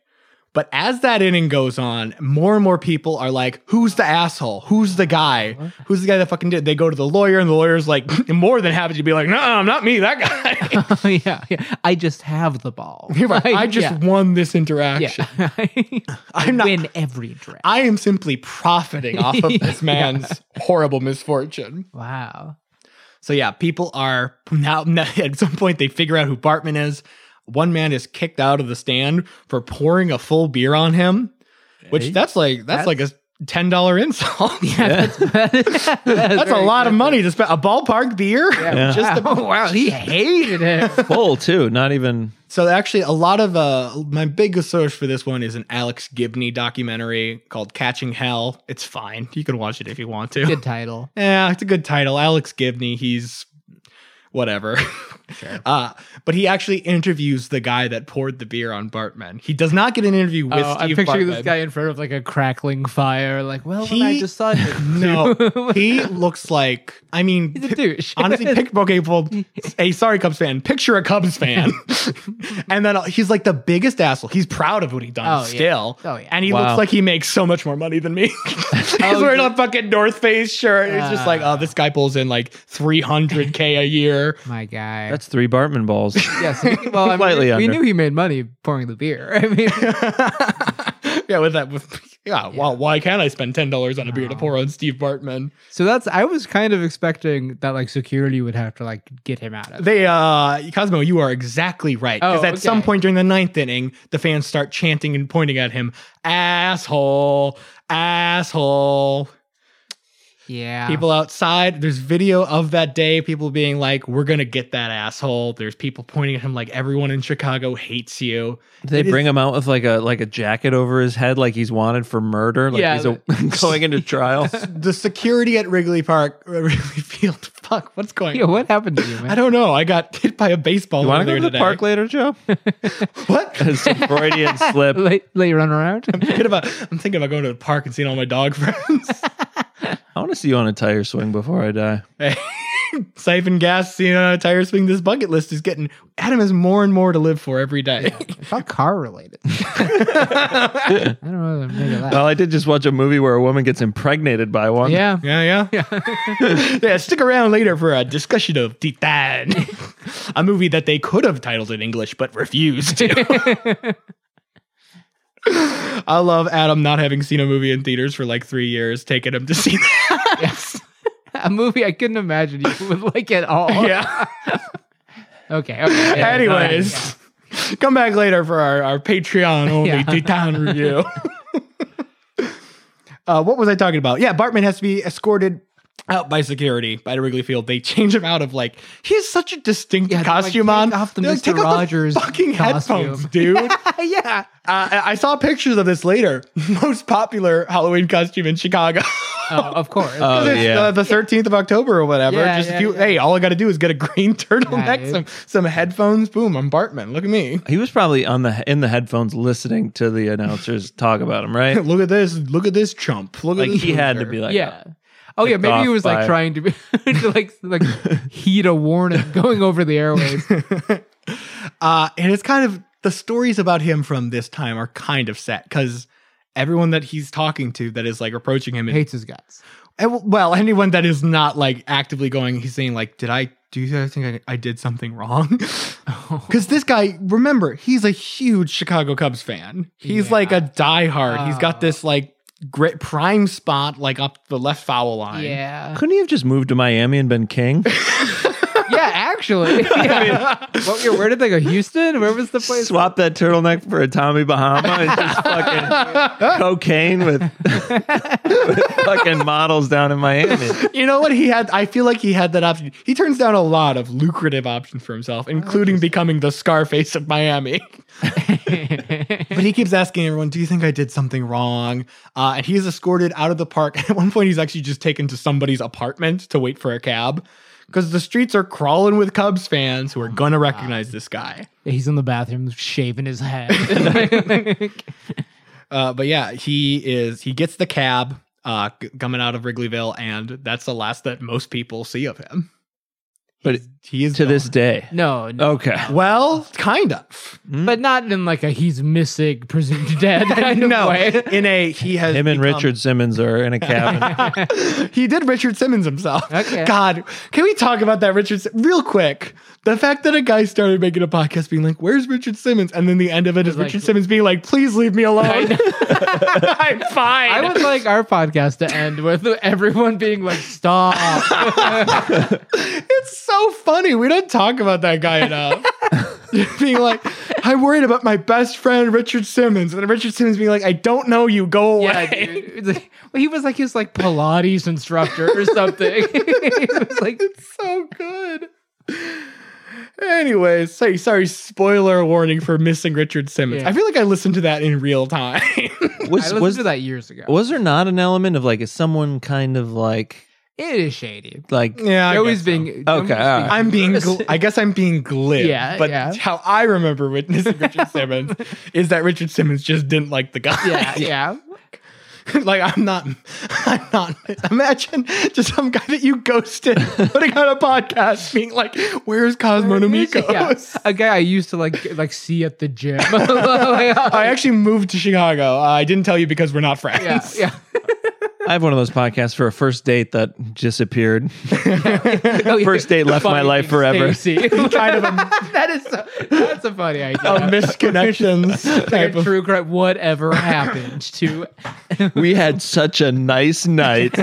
Speaker 5: But as that inning goes on, more and more people are like, "Who's the asshole? Who's the guy? Who's the guy that fucking did?" They go to the lawyer, and the lawyer's like, more than happy to be like, "No, I'm not me. That guy."
Speaker 4: Oh, yeah, yeah, I just have the ball.
Speaker 5: You're right. I just won this interaction.
Speaker 4: yeah. I
Speaker 5: I'm not.
Speaker 4: win every draft.
Speaker 5: I am simply profiting off of this man's horrible misfortune.
Speaker 4: Wow.
Speaker 5: So yeah, people are now. now- At some point, they figure out who Bartman is. One man is kicked out of the stand for pouring a full beer on him, which that's like that's,
Speaker 4: That's-
Speaker 5: like a ten dollar insult. Yeah, that's,
Speaker 4: That's
Speaker 5: a lot of money to spend a ballpark beer. Oh, Just a-
Speaker 4: wow, he hated it.
Speaker 6: Full too. Not even.
Speaker 5: So actually, a lot of uh, my biggest source for this one is an Alex Gibney documentary called Catching Hell. It's fine. You can watch it if you want to.
Speaker 4: Good title.
Speaker 5: Yeah, Eh, it's a good title. Alex Gibney, he's whatever. Uh, but he actually interviews the guy that poured the beer on Bartman. He does not get an interview with
Speaker 4: Oh,
Speaker 5: Steve
Speaker 4: I'm picturing this
Speaker 5: Bartman.
Speaker 4: guy in front of like a crackling fire. Like, well, when I
Speaker 5: He-
Speaker 4: decided,
Speaker 5: No, he looks like, I mean,
Speaker 4: he's a
Speaker 5: pi-
Speaker 4: douche.
Speaker 5: honestly, pick okay, well, a sorry Cubs fan, picture a Cubs fan. and then uh, he's like the biggest asshole. He's proud of what he done
Speaker 4: Oh, yeah.
Speaker 5: still.
Speaker 4: Oh, yeah. Oh,
Speaker 5: And he
Speaker 6: Wow.
Speaker 5: looks like he makes so much more money than me. he's wearing a fucking North Face shirt. it's just like, oh, this guy pulls in like 300K a year.
Speaker 4: my guy.
Speaker 6: That's three Bartman balls.
Speaker 4: yes. we- Well, I mean, we-
Speaker 6: Slightly
Speaker 4: we
Speaker 6: under.
Speaker 4: knew he made money pouring the beer. I mean,
Speaker 5: yeah, with that. With, yeah, well, why can't I spend ten dollars on a beer to pour on Steve Bartman?
Speaker 4: so that's. I was kind of expecting that like security would have to like get him out of. it.
Speaker 5: They, uh, Cosmo, you are exactly right. Because
Speaker 4: Oh,
Speaker 5: at some
Speaker 4: okay.
Speaker 5: point during the ninth inning, the fans start chanting and pointing at him, asshole, asshole.
Speaker 4: yeah.
Speaker 5: People
Speaker 6: Ah.
Speaker 5: outside, there's video of that day, people being like, we're gonna get that asshole. There's people pointing at him like everyone in Chicago hates you.
Speaker 6: Did they
Speaker 5: It is-
Speaker 6: bring him out with like a like a jacket over his head, like he's wanted for murder, like
Speaker 4: Yeah,
Speaker 6: he's a, going into trial.
Speaker 5: The security at Wrigley Park, Wrigley Field, fuck, what's going
Speaker 4: Yeah.
Speaker 5: on?
Speaker 4: What happened to you, man?
Speaker 5: I don't know. I got hit by a baseball
Speaker 6: You want to
Speaker 5: earlier
Speaker 6: go to the
Speaker 5: today.
Speaker 6: park later, Joe?
Speaker 5: What?
Speaker 6: It's a Freudian slip.
Speaker 4: Late, late run around.
Speaker 5: thinking about, I'm thinking about going to the park and seeing all my dog friends.
Speaker 6: I want to see you on a tire swing before I die.
Speaker 5: Siphon gas, seeing on a tire swing. This bucket list is getting Adam has more and more to live for every day.
Speaker 4: It's not car related. I don't know what to make of that.
Speaker 6: Well, I did just watch a movie where a woman gets impregnated by
Speaker 5: Um,
Speaker 6: one.
Speaker 4: yeah.
Speaker 5: Yeah, yeah, yeah. stick around later for a discussion of Titan, a movie that they could have titled in English but refused to. I love Adam not having seen a movie in theaters for like three years, taking him to see that.
Speaker 4: Yes. a movie I couldn't imagine you would like at all.
Speaker 5: Yeah.
Speaker 4: Okay. okay yeah,
Speaker 5: Anyways,
Speaker 4: all right,
Speaker 5: come back later for our, our Patreon only
Speaker 4: Yeah.
Speaker 5: Titan review. uh, what was I talking about? Yeah, Bartman has to be escorted out by security by the Wrigley Field. They change him out of like he has such a distinct
Speaker 4: Yeah, they're like,
Speaker 5: costume
Speaker 4: "Take
Speaker 5: on.
Speaker 4: off the
Speaker 5: They're
Speaker 4: Mr. Rogers
Speaker 5: fucking
Speaker 4: costume."
Speaker 5: headphones, dude. yeah. Uh, I I saw pictures of this later. Most popular Halloween costume in Chicago.
Speaker 4: yeah. Oh, of course.
Speaker 6: Oh,
Speaker 5: It's,
Speaker 6: yeah.
Speaker 5: uh, the 13th of October or whatever.
Speaker 4: Yeah,
Speaker 5: Just
Speaker 4: yeah,
Speaker 5: a few,
Speaker 4: yeah.
Speaker 5: hey, all I got to do is get a green turtleneck,
Speaker 4: Nice.
Speaker 5: some some headphones. Boom, I'm Bartman. Look at me.
Speaker 6: He was probably on the in the headphones listening to the announcers talk about him, right?
Speaker 5: Look at this. Look at this chump. Look
Speaker 6: Like
Speaker 5: at this.
Speaker 6: he had to
Speaker 5: loser.
Speaker 6: be like,
Speaker 4: yeah. Oh yeah,
Speaker 6: Kicked
Speaker 4: maybe he
Speaker 6: off
Speaker 4: was like
Speaker 6: by-
Speaker 4: trying to, be, to like like heed a warning going over the airwaves.
Speaker 5: Uh, and it's kind of the stories about him from this time are kind of set because everyone that he's talking to that is like approaching him, and,
Speaker 4: Hates his guts.
Speaker 5: and, Eh, well, anyone that is not like actively going, he's saying like, "Did I do you guys think I, I did something wrong?" Because this guy, remember, he's a huge Chicago Cubs fan. He's
Speaker 4: Yeah.
Speaker 5: like a diehard. he's got
Speaker 4: Oh.
Speaker 5: this like great prime spot like up the left foul line.
Speaker 4: Yeah.
Speaker 6: couldn't he have just moved to Miami and been king?
Speaker 4: yeah. Actually. Yeah. what, where did they go? Houston? Where was the place?
Speaker 6: Swap that turtleneck for a Tommy Bahama and just fucking cocaine with, with fucking models down in Miami.
Speaker 5: You know what he had? I feel like he had that option. He turns down a lot of lucrative options for
Speaker 4: Oh,
Speaker 5: himself, including becoming the Scarface of Miami. but he keeps asking everyone, "Do you think I did something wrong?" Uh, and he is escorted out of the park. At one point, he's actually just taken to somebody's apartment to wait for a cab because the streets are crawling with Cubs fans who
Speaker 6: Oh
Speaker 5: are gonna recognize this guy.
Speaker 4: He's in the bathroom shaving his head.
Speaker 5: Uh, but yeah, he is. He gets the cab uh, c- coming out of Wrigleyville, and that's the last that most people see of him.
Speaker 6: But
Speaker 5: He is
Speaker 6: to this
Speaker 5: gone.
Speaker 6: day.
Speaker 4: no, no.
Speaker 5: Oh.
Speaker 6: Okay.
Speaker 5: Well, kind of.
Speaker 4: but not in like a he's missing, presumed dead kind of
Speaker 5: no,
Speaker 4: way.
Speaker 5: in a he has
Speaker 6: Him and
Speaker 5: become-
Speaker 6: Richard Simmons are in a cabin.
Speaker 5: he did Richard Simmons himself.
Speaker 4: Okay.
Speaker 5: God, can we talk about that Richard Sim- real quick? The fact that a guy started making a podcast being like, "Where's Richard Simmons?" and then the end of it is
Speaker 4: like-
Speaker 5: Richard Simmons being like, "Please leave me alone. I'm fine."
Speaker 4: I would like our podcast to end with everyone being like, "Stop."
Speaker 5: it's so funny. We don't talk about that guy enough. being like, "I'm worried about my best friend Richard Simmons," and then Richard Simmons being like, "I don't know you. Go away."
Speaker 4: yeah, dude. It's like- well, he was like his like Pilates instructor or something. he was like,
Speaker 5: so good. Anyways, sorry, sorry, spoiler warning for missing Richard Simmons.
Speaker 4: Yeah.
Speaker 5: I feel like I listened to that in real time.
Speaker 4: I
Speaker 6: Was
Speaker 4: listened
Speaker 6: was
Speaker 4: to that years ago.
Speaker 6: was there not an element of like is someone kind of like
Speaker 4: it is shady.
Speaker 6: like
Speaker 5: yeah, I
Speaker 4: Joey's
Speaker 5: guess
Speaker 4: being
Speaker 5: so.
Speaker 4: Joey's
Speaker 6: Okay, all right.
Speaker 5: I'm being. Gl- I guess I'm being glib.
Speaker 4: Yeah,
Speaker 5: but
Speaker 4: yeah.
Speaker 5: how I remember with missing Richard Simmons is that Richard Simmons just didn't like the guy.
Speaker 4: yeah, yeah.
Speaker 5: like I'm not. I'm not. Imagine just some guy that you ghosted putting on a podcast, being like, "Where's Cosmo Namikos?"
Speaker 4: Yeah. A guy I used to like like see at the gym. Oh, yeah,
Speaker 5: I actually moved to Chicago. Uh, I didn't tell you because we're not friends.
Speaker 4: yeah.
Speaker 6: I have one of those podcasts for a first date that disappeared.
Speaker 4: Oh, yeah.
Speaker 6: First date left my
Speaker 4: Funny
Speaker 6: life
Speaker 4: thing,
Speaker 6: forever.
Speaker 4: Stacy.
Speaker 5: kind of a,
Speaker 4: that is so, that's a funny idea.
Speaker 5: a misconnections
Speaker 4: like
Speaker 5: type
Speaker 4: a
Speaker 5: of.
Speaker 4: true crime. Whatever happened to?
Speaker 6: We had such a nice night.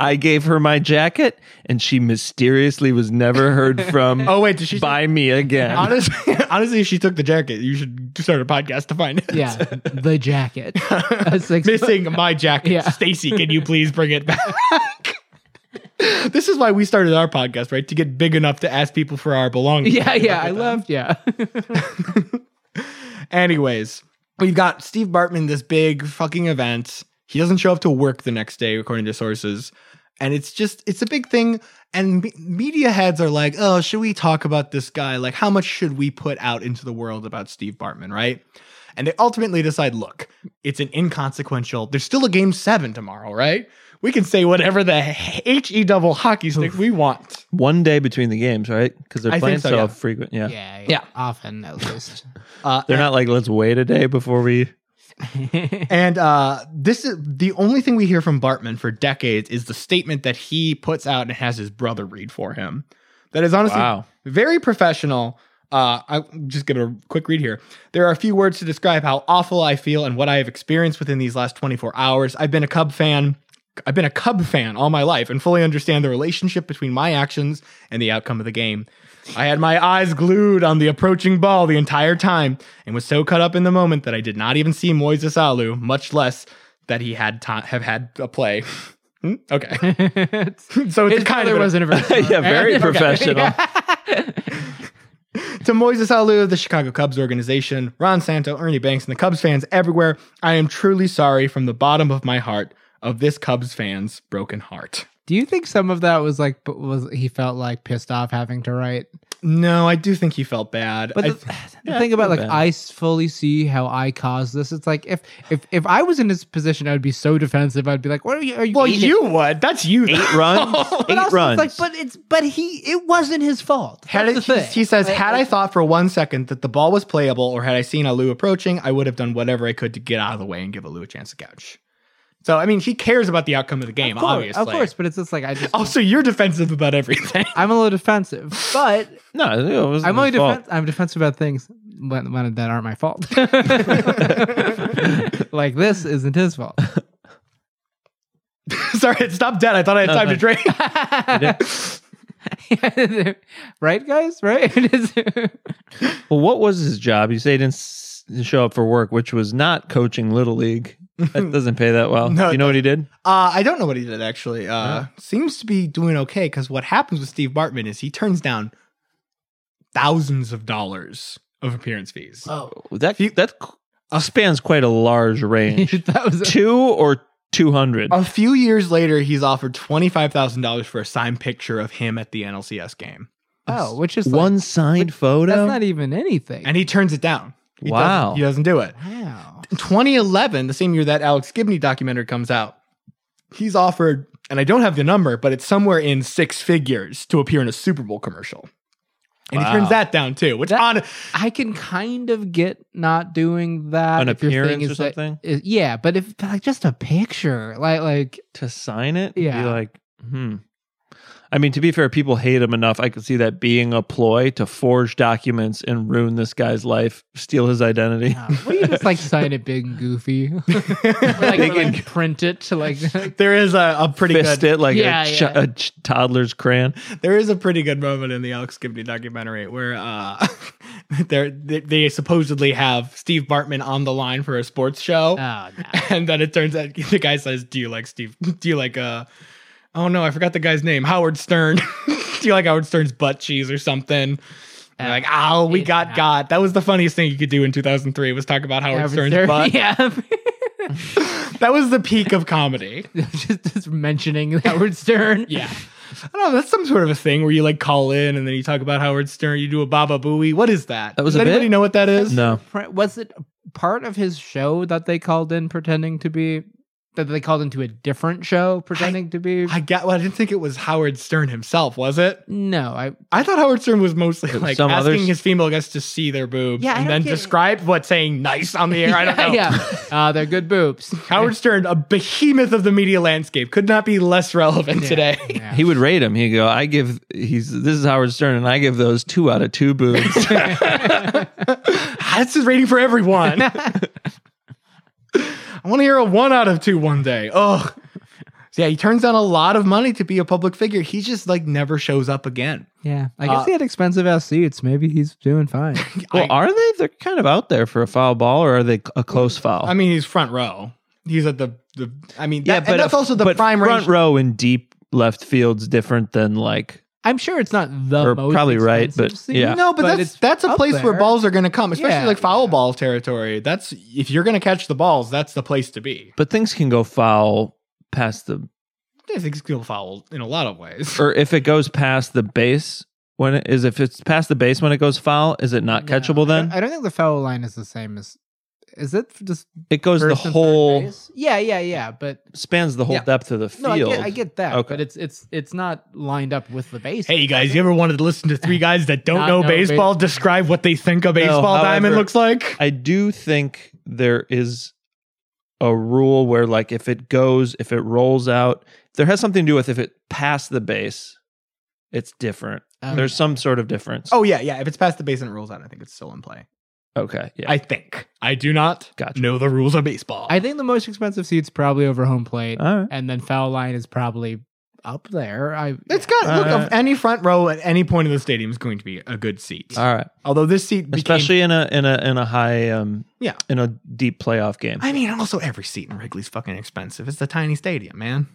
Speaker 6: I gave her my jacket and she mysteriously was never heard from
Speaker 5: Oh wait, did she?
Speaker 6: by me again.
Speaker 5: honestly, honestly, if she took the jacket. You should start a podcast to find it.
Speaker 4: Yeah, the jacket. I was like,
Speaker 5: missing my jacket.
Speaker 4: Yeah.
Speaker 5: Stacy, can you please bring it back? this is why we started our podcast, right? To get big enough to ask people for our belongings.
Speaker 4: Yeah, yeah. I loved. Yeah,
Speaker 5: Anyways, we've got Steve Bartman, this big fucking event. He doesn't show up to work the next day, according to sources. And it's just, it's a big thing. And me- media heads are like, oh, should we talk about this guy? Like, how much should we put out into the world about Steve Bartman, right? And they ultimately decide, look, it's an inconsequential, there's still a game seven tomorrow, right? We can say whatever the H E double hockey stick we want.
Speaker 6: One day between the games, right? Because
Speaker 5: I
Speaker 6: they're
Speaker 5: think
Speaker 6: playing
Speaker 5: so,
Speaker 6: so,
Speaker 5: yeah.
Speaker 6: frequent. Yeah.
Speaker 4: yeah,
Speaker 5: Yeah.
Speaker 4: Often at least.
Speaker 6: They're not like, let's wait a day before we.
Speaker 5: And uh, this is the only thing we hear from Bartman for decades is the statement that he puts out and has his brother read for him. That is honestly
Speaker 6: Wow.
Speaker 5: very professional. Uh, I'll just give it a quick read here. There are a few words to describe how awful I feel and what I have experienced within these last 24 hours. I've been a Cub fan. I've been a Cub fan all my life and fully understand the relationship between my actions and the outcome of the game. I had my eyes glued on the approaching ball the entire time and was so caught up in the moment that I did not even see Moises Alou, much less that he had to- have had a play. Hmm? okay. So it's
Speaker 4: His
Speaker 5: kind of
Speaker 4: brother
Speaker 5: an-
Speaker 4: wasn't a very
Speaker 6: yeah, very professional.
Speaker 5: To Moises Alou, the Chicago Cubs organization, Ron Santo, Ernie Banks, and the Cubs fans everywhere, I am truly sorry from the bottom of my heart of this Cubs fan's broken heart.
Speaker 4: Do you think some of that was like b- was he felt like pissed off having to write?
Speaker 5: No, I do think he felt bad.
Speaker 4: But
Speaker 5: I-
Speaker 4: the, the thing about like
Speaker 6: bad.
Speaker 4: I s- fully see how I caused this. It's like if if if I was in his position, I would be so defensive. I'd be like, "What are you? Are you
Speaker 5: well,
Speaker 4: eating?"
Speaker 5: you would. That's you.
Speaker 6: Eight runs.
Speaker 4: But also,
Speaker 6: Eight
Speaker 4: it's
Speaker 6: runs.
Speaker 4: like, but it's but he it wasn't his fault.
Speaker 5: Had
Speaker 4: That's
Speaker 5: it,
Speaker 4: the
Speaker 5: he,
Speaker 4: thing.
Speaker 5: he says, had I thought for one second that the ball was playable or had I seen Alou approaching, I would have done whatever I could to get out of the way and give Alou a chance to couch. So, I mean, he cares about the outcome of Oh. the game,
Speaker 4: of course,
Speaker 5: obviously.
Speaker 4: of course. But it's just like I just
Speaker 5: Also, you're defensive about everything.
Speaker 4: I'm a little defensive, but
Speaker 6: no, it wasn't
Speaker 4: I'm only
Speaker 6: his fault.
Speaker 4: defen- I'm defensive about things when, when that aren't my fault. like this isn't his fault.
Speaker 5: Sorry, it stopped dead. I thought I had time to drink.
Speaker 4: right, guys? Right? It is-
Speaker 6: Well, what was his job? You say he didn't s- show up for work, which was not coaching Little League. That doesn't pay that well.
Speaker 5: No, it
Speaker 6: you know what he did?
Speaker 5: Uh, I don't know what he did actually. Uh, Seems to be doing okay because what happens with Steve Bartman is he turns down thousands of dollars of appearance
Speaker 6: Oh.
Speaker 5: fees.
Speaker 6: That
Speaker 5: He-
Speaker 6: that c- spans quite a large range.
Speaker 4: that was
Speaker 6: Two or two hundred.
Speaker 5: A few years later, he's offered twenty five thousand dollars for a signed picture of him at the NLCS game,
Speaker 4: Oh, which is like,
Speaker 6: One signed
Speaker 4: That's
Speaker 6: photo.
Speaker 4: not even anything.
Speaker 5: and he turns it down. He doesn't-
Speaker 6: Wow.
Speaker 5: he doesn't do it.
Speaker 4: wow.
Speaker 5: In 2011, the same year that Alex Gibney documentary comes out, he's offered, and I don't have the number, but it's somewhere in six figures to appear in a Super Bowl commercial. And
Speaker 6: Wow.
Speaker 5: he turns that down too, which
Speaker 4: That-
Speaker 5: on
Speaker 4: I can kind of get not doing that.
Speaker 6: An
Speaker 4: if your thing
Speaker 6: appearance or
Speaker 4: is that-
Speaker 6: something?
Speaker 4: is- yeah, but if but like just a picture, like like
Speaker 6: to sign it.
Speaker 4: Yeah.
Speaker 6: Be like, hmm. I mean, to be fair, people hate him enough. I could see that being a ploy to forge documents and ruin this guy's life, steal his identity.
Speaker 4: uh, what do you just like sign it big and goofy? Or, like, or, like, print it to like
Speaker 5: there is a, a pretty
Speaker 6: Fist
Speaker 5: good
Speaker 6: it like
Speaker 4: Yeah,
Speaker 6: a, ch-
Speaker 4: yeah.
Speaker 6: a ch- toddler's crayon.
Speaker 5: there is a pretty good moment in the Alex Gibney documentary where uh they're, they they supposedly have Steve Bartman on the line for a sports show.
Speaker 4: oh, no.
Speaker 5: and then it turns out the guy says, "Do you like Steve? Do you like uh? Oh no, I forgot the guy's name. Howard Stern. Do you like Howard Stern's butt cheese or something?" And they're like, oh, we
Speaker 4: it's
Speaker 5: got
Speaker 4: not-
Speaker 5: got. That was the funniest thing you could do in 2003 was talk about Howard
Speaker 4: Howard
Speaker 5: Stern's
Speaker 4: Stern-
Speaker 5: butt.
Speaker 4: Yeah.
Speaker 5: That was the peak of comedy.
Speaker 4: just, just mentioning Howard Stern.
Speaker 5: Yeah. I don't know. That's some sort of a thing where you like call in and then you talk about Howard Stern. You do a Baba Booey. What is that?
Speaker 6: That was
Speaker 5: Does
Speaker 6: a bit?
Speaker 5: anybody know what that is?
Speaker 6: No.
Speaker 4: Pre- Was it part of his show that they called in pretending to be that they called into a different show pretending to be?
Speaker 5: I got. Well, I didn't think it was Howard Stern himself, was it?
Speaker 4: no, I
Speaker 5: I thought Howard Stern was mostly like
Speaker 6: some
Speaker 5: asking
Speaker 6: others-
Speaker 5: his female guests to see their boobs
Speaker 4: Yeah, I
Speaker 5: and
Speaker 4: don't
Speaker 5: then
Speaker 4: get-
Speaker 5: describe what saying nice on the air. I don't know.
Speaker 4: yeah, uh, they're good boobs.
Speaker 5: Howard Stern, a behemoth of the media landscape, could not be less relevant today.
Speaker 4: Yeah.
Speaker 6: He would rate him. He'd go, I give, he's, this is Howard Stern, and I give those two out of two boobs.
Speaker 5: That's his Ah, rating for everyone. I want to hear a one out of two one day. Oh, so yeah, he turns down a lot of money to be a public figure. He just like never shows up again.
Speaker 4: Yeah, I guess
Speaker 5: Uh,
Speaker 4: he had expensive ass seats. Maybe he's doing fine.
Speaker 6: well, are they? They're kind of out there for a foul ball, or are they a close foul?
Speaker 5: I mean, he's front row. He's at the the. I mean, that, and that's
Speaker 6: a-
Speaker 5: also the
Speaker 6: but
Speaker 5: prime
Speaker 6: front
Speaker 5: range.
Speaker 6: row in deep left field's different than like
Speaker 4: I'm sure it's not the
Speaker 6: Or
Speaker 4: most
Speaker 6: probably right,
Speaker 4: expensive
Speaker 6: but
Speaker 4: seat,
Speaker 6: yeah.
Speaker 5: No, but, that's
Speaker 4: it's
Speaker 5: that's a
Speaker 4: up
Speaker 5: place where
Speaker 4: there.
Speaker 5: balls are going to come, especially
Speaker 4: Yeah.
Speaker 5: like foul ball territory. That's if you're going to catch the balls, that's the place to be.
Speaker 6: but things can go foul past the
Speaker 5: I think it's going foul in a lot of ways.
Speaker 6: or if it goes past the base when it is if it's past the base when it goes foul is it not
Speaker 4: No,
Speaker 6: catchable
Speaker 4: I don't-
Speaker 6: then
Speaker 4: I don't think the foul line is the same as. Is it just
Speaker 6: it goes the
Speaker 4: first and third
Speaker 6: whole
Speaker 4: base? Yeah, yeah, yeah. But
Speaker 6: spans the whole
Speaker 4: Yeah.
Speaker 6: depth of the
Speaker 4: no, I
Speaker 6: field
Speaker 4: get, I get that.
Speaker 6: Okay.
Speaker 4: But it's it's it's not lined up with the base.
Speaker 5: Hey, you guys, you ever wanted to listen to three guys that don't
Speaker 4: Not
Speaker 5: know
Speaker 4: know
Speaker 5: baseball describe what they think a baseball diamond
Speaker 6: however-
Speaker 5: looks like?
Speaker 6: I do think there is a rule where like if it goes if it rolls out there has something to do with if it passed the base it's different
Speaker 4: Um,
Speaker 6: there's some sort of difference
Speaker 5: Oh yeah, yeah. If it's past the base and it rolls out, I think it's still in play.
Speaker 6: okay yeah
Speaker 5: I think. I do not
Speaker 6: Gotcha.
Speaker 5: know the rules of baseball.
Speaker 4: I think the most expensive seat's probably over home plate,
Speaker 6: all right
Speaker 4: and then foul line is probably up there. I
Speaker 5: it's got look
Speaker 6: Uh,
Speaker 5: of any front row at any point in the stadium is going to be a good seat.
Speaker 6: all right
Speaker 5: Although this seat, became-
Speaker 6: especially in a in a in a high um
Speaker 5: Yeah.
Speaker 6: in a deep playoff game.
Speaker 5: I mean, also every seat in Wrigley's fucking expensive. It's a tiny stadium, man.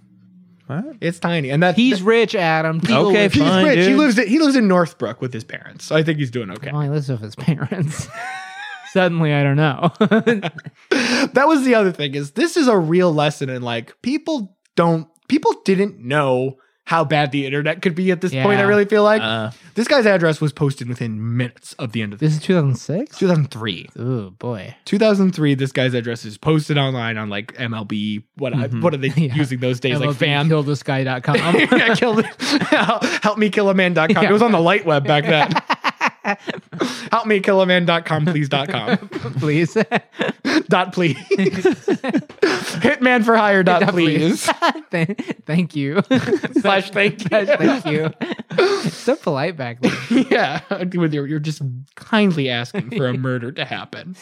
Speaker 6: What?
Speaker 5: It's tiny, and that
Speaker 4: he's rich, Adam. Deal
Speaker 6: Okay,
Speaker 4: with
Speaker 5: He's
Speaker 6: fine,
Speaker 5: rich. He
Speaker 6: dude.
Speaker 5: lives in, he lives in Northbrook with his parents. So I think he's doing okay.
Speaker 4: Well, he lives with his parents. Suddenly, I don't know.
Speaker 5: That was the other thing is this is a real lesson in like people don't people didn't know how bad the internet could be at this point. I
Speaker 4: Yeah.
Speaker 5: really feel like
Speaker 6: Uh,
Speaker 5: this guy's address was posted within minutes of the end of this.
Speaker 4: this is 2006.
Speaker 5: 2003.
Speaker 4: Oh boy.
Speaker 5: 2003, this guy's address is posted online on like MLB. What what are they
Speaker 4: Yeah.
Speaker 5: using those days? like fam.
Speaker 4: killthesguy.com.
Speaker 5: I killed it. Help me kill a man.com. It was on the light web back then. Help me kill a man.com, please. Dot com.
Speaker 4: Please.
Speaker 5: dot please. Hitman for hire dot please.
Speaker 4: Th- thank you.
Speaker 5: Slash thank you.
Speaker 4: Slash thank you. so polite back then.
Speaker 5: yeah, with your, you're just kindly asking for a murder to happen.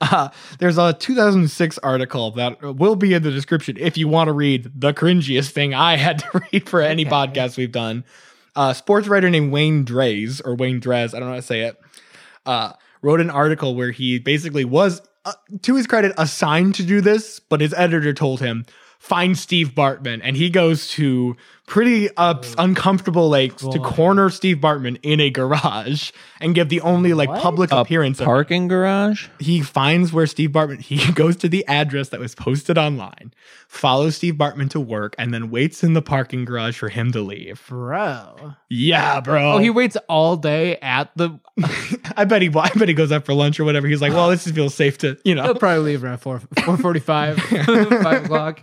Speaker 5: Uh, there's a 2006 article that will be in the description if you want to read the cringiest thing I had to read for any podcast we've done. A sports writer named Wayne Dres or Wayne Dres, I don't know how to say it, uh, wrote an article where he basically was, uh, to his credit, assigned to do this, but his editor told him, find Steve Bartman. And he goes to pretty uh, uncomfortable like to corner Steve Bartman in a garage and give the only like public appearance. of-
Speaker 6: Parking garage.
Speaker 5: he finds where Steve Bartman. He goes to the address that was posted online, follows Steve Bartman to work, and then waits in the parking garage for him to leave.
Speaker 4: bro.
Speaker 5: Yeah, bro.
Speaker 4: Oh, he waits all day at the.
Speaker 5: I bet he. I bet he goes out for lunch or whatever. He's like, well, this feels safe to you know.
Speaker 4: He'll probably leave around four four forty five, five o'clock.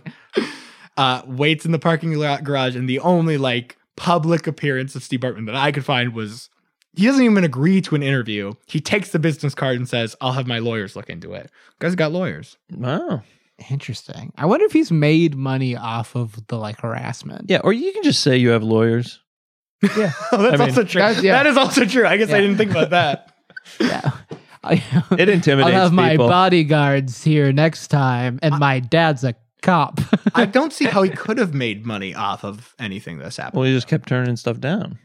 Speaker 5: uh, waits in the parking lot garage, and the only like public appearance of Steve Bartman that I could find was he doesn't even agree to an interview. He takes the business card and says, "I'll have my lawyers look into it." Guys got lawyers.
Speaker 6: Wow.
Speaker 4: Interesting. I wonder if he's made money off of the like harassment.
Speaker 6: Yeah, or you can just say you have lawyers.
Speaker 5: Oh, that's
Speaker 6: mean,
Speaker 5: also true.
Speaker 4: that's- yeah.
Speaker 5: That is also true. I guess I
Speaker 4: Yeah.
Speaker 5: didn't think about that.
Speaker 4: Yeah.
Speaker 6: It
Speaker 4: I'll
Speaker 6: intimidates
Speaker 4: have my
Speaker 6: people.
Speaker 4: bodyguards here next time, and my dad's a cop.
Speaker 5: I don't see how he could have made money off of anything that's happened.
Speaker 6: well, he just kept turning stuff down.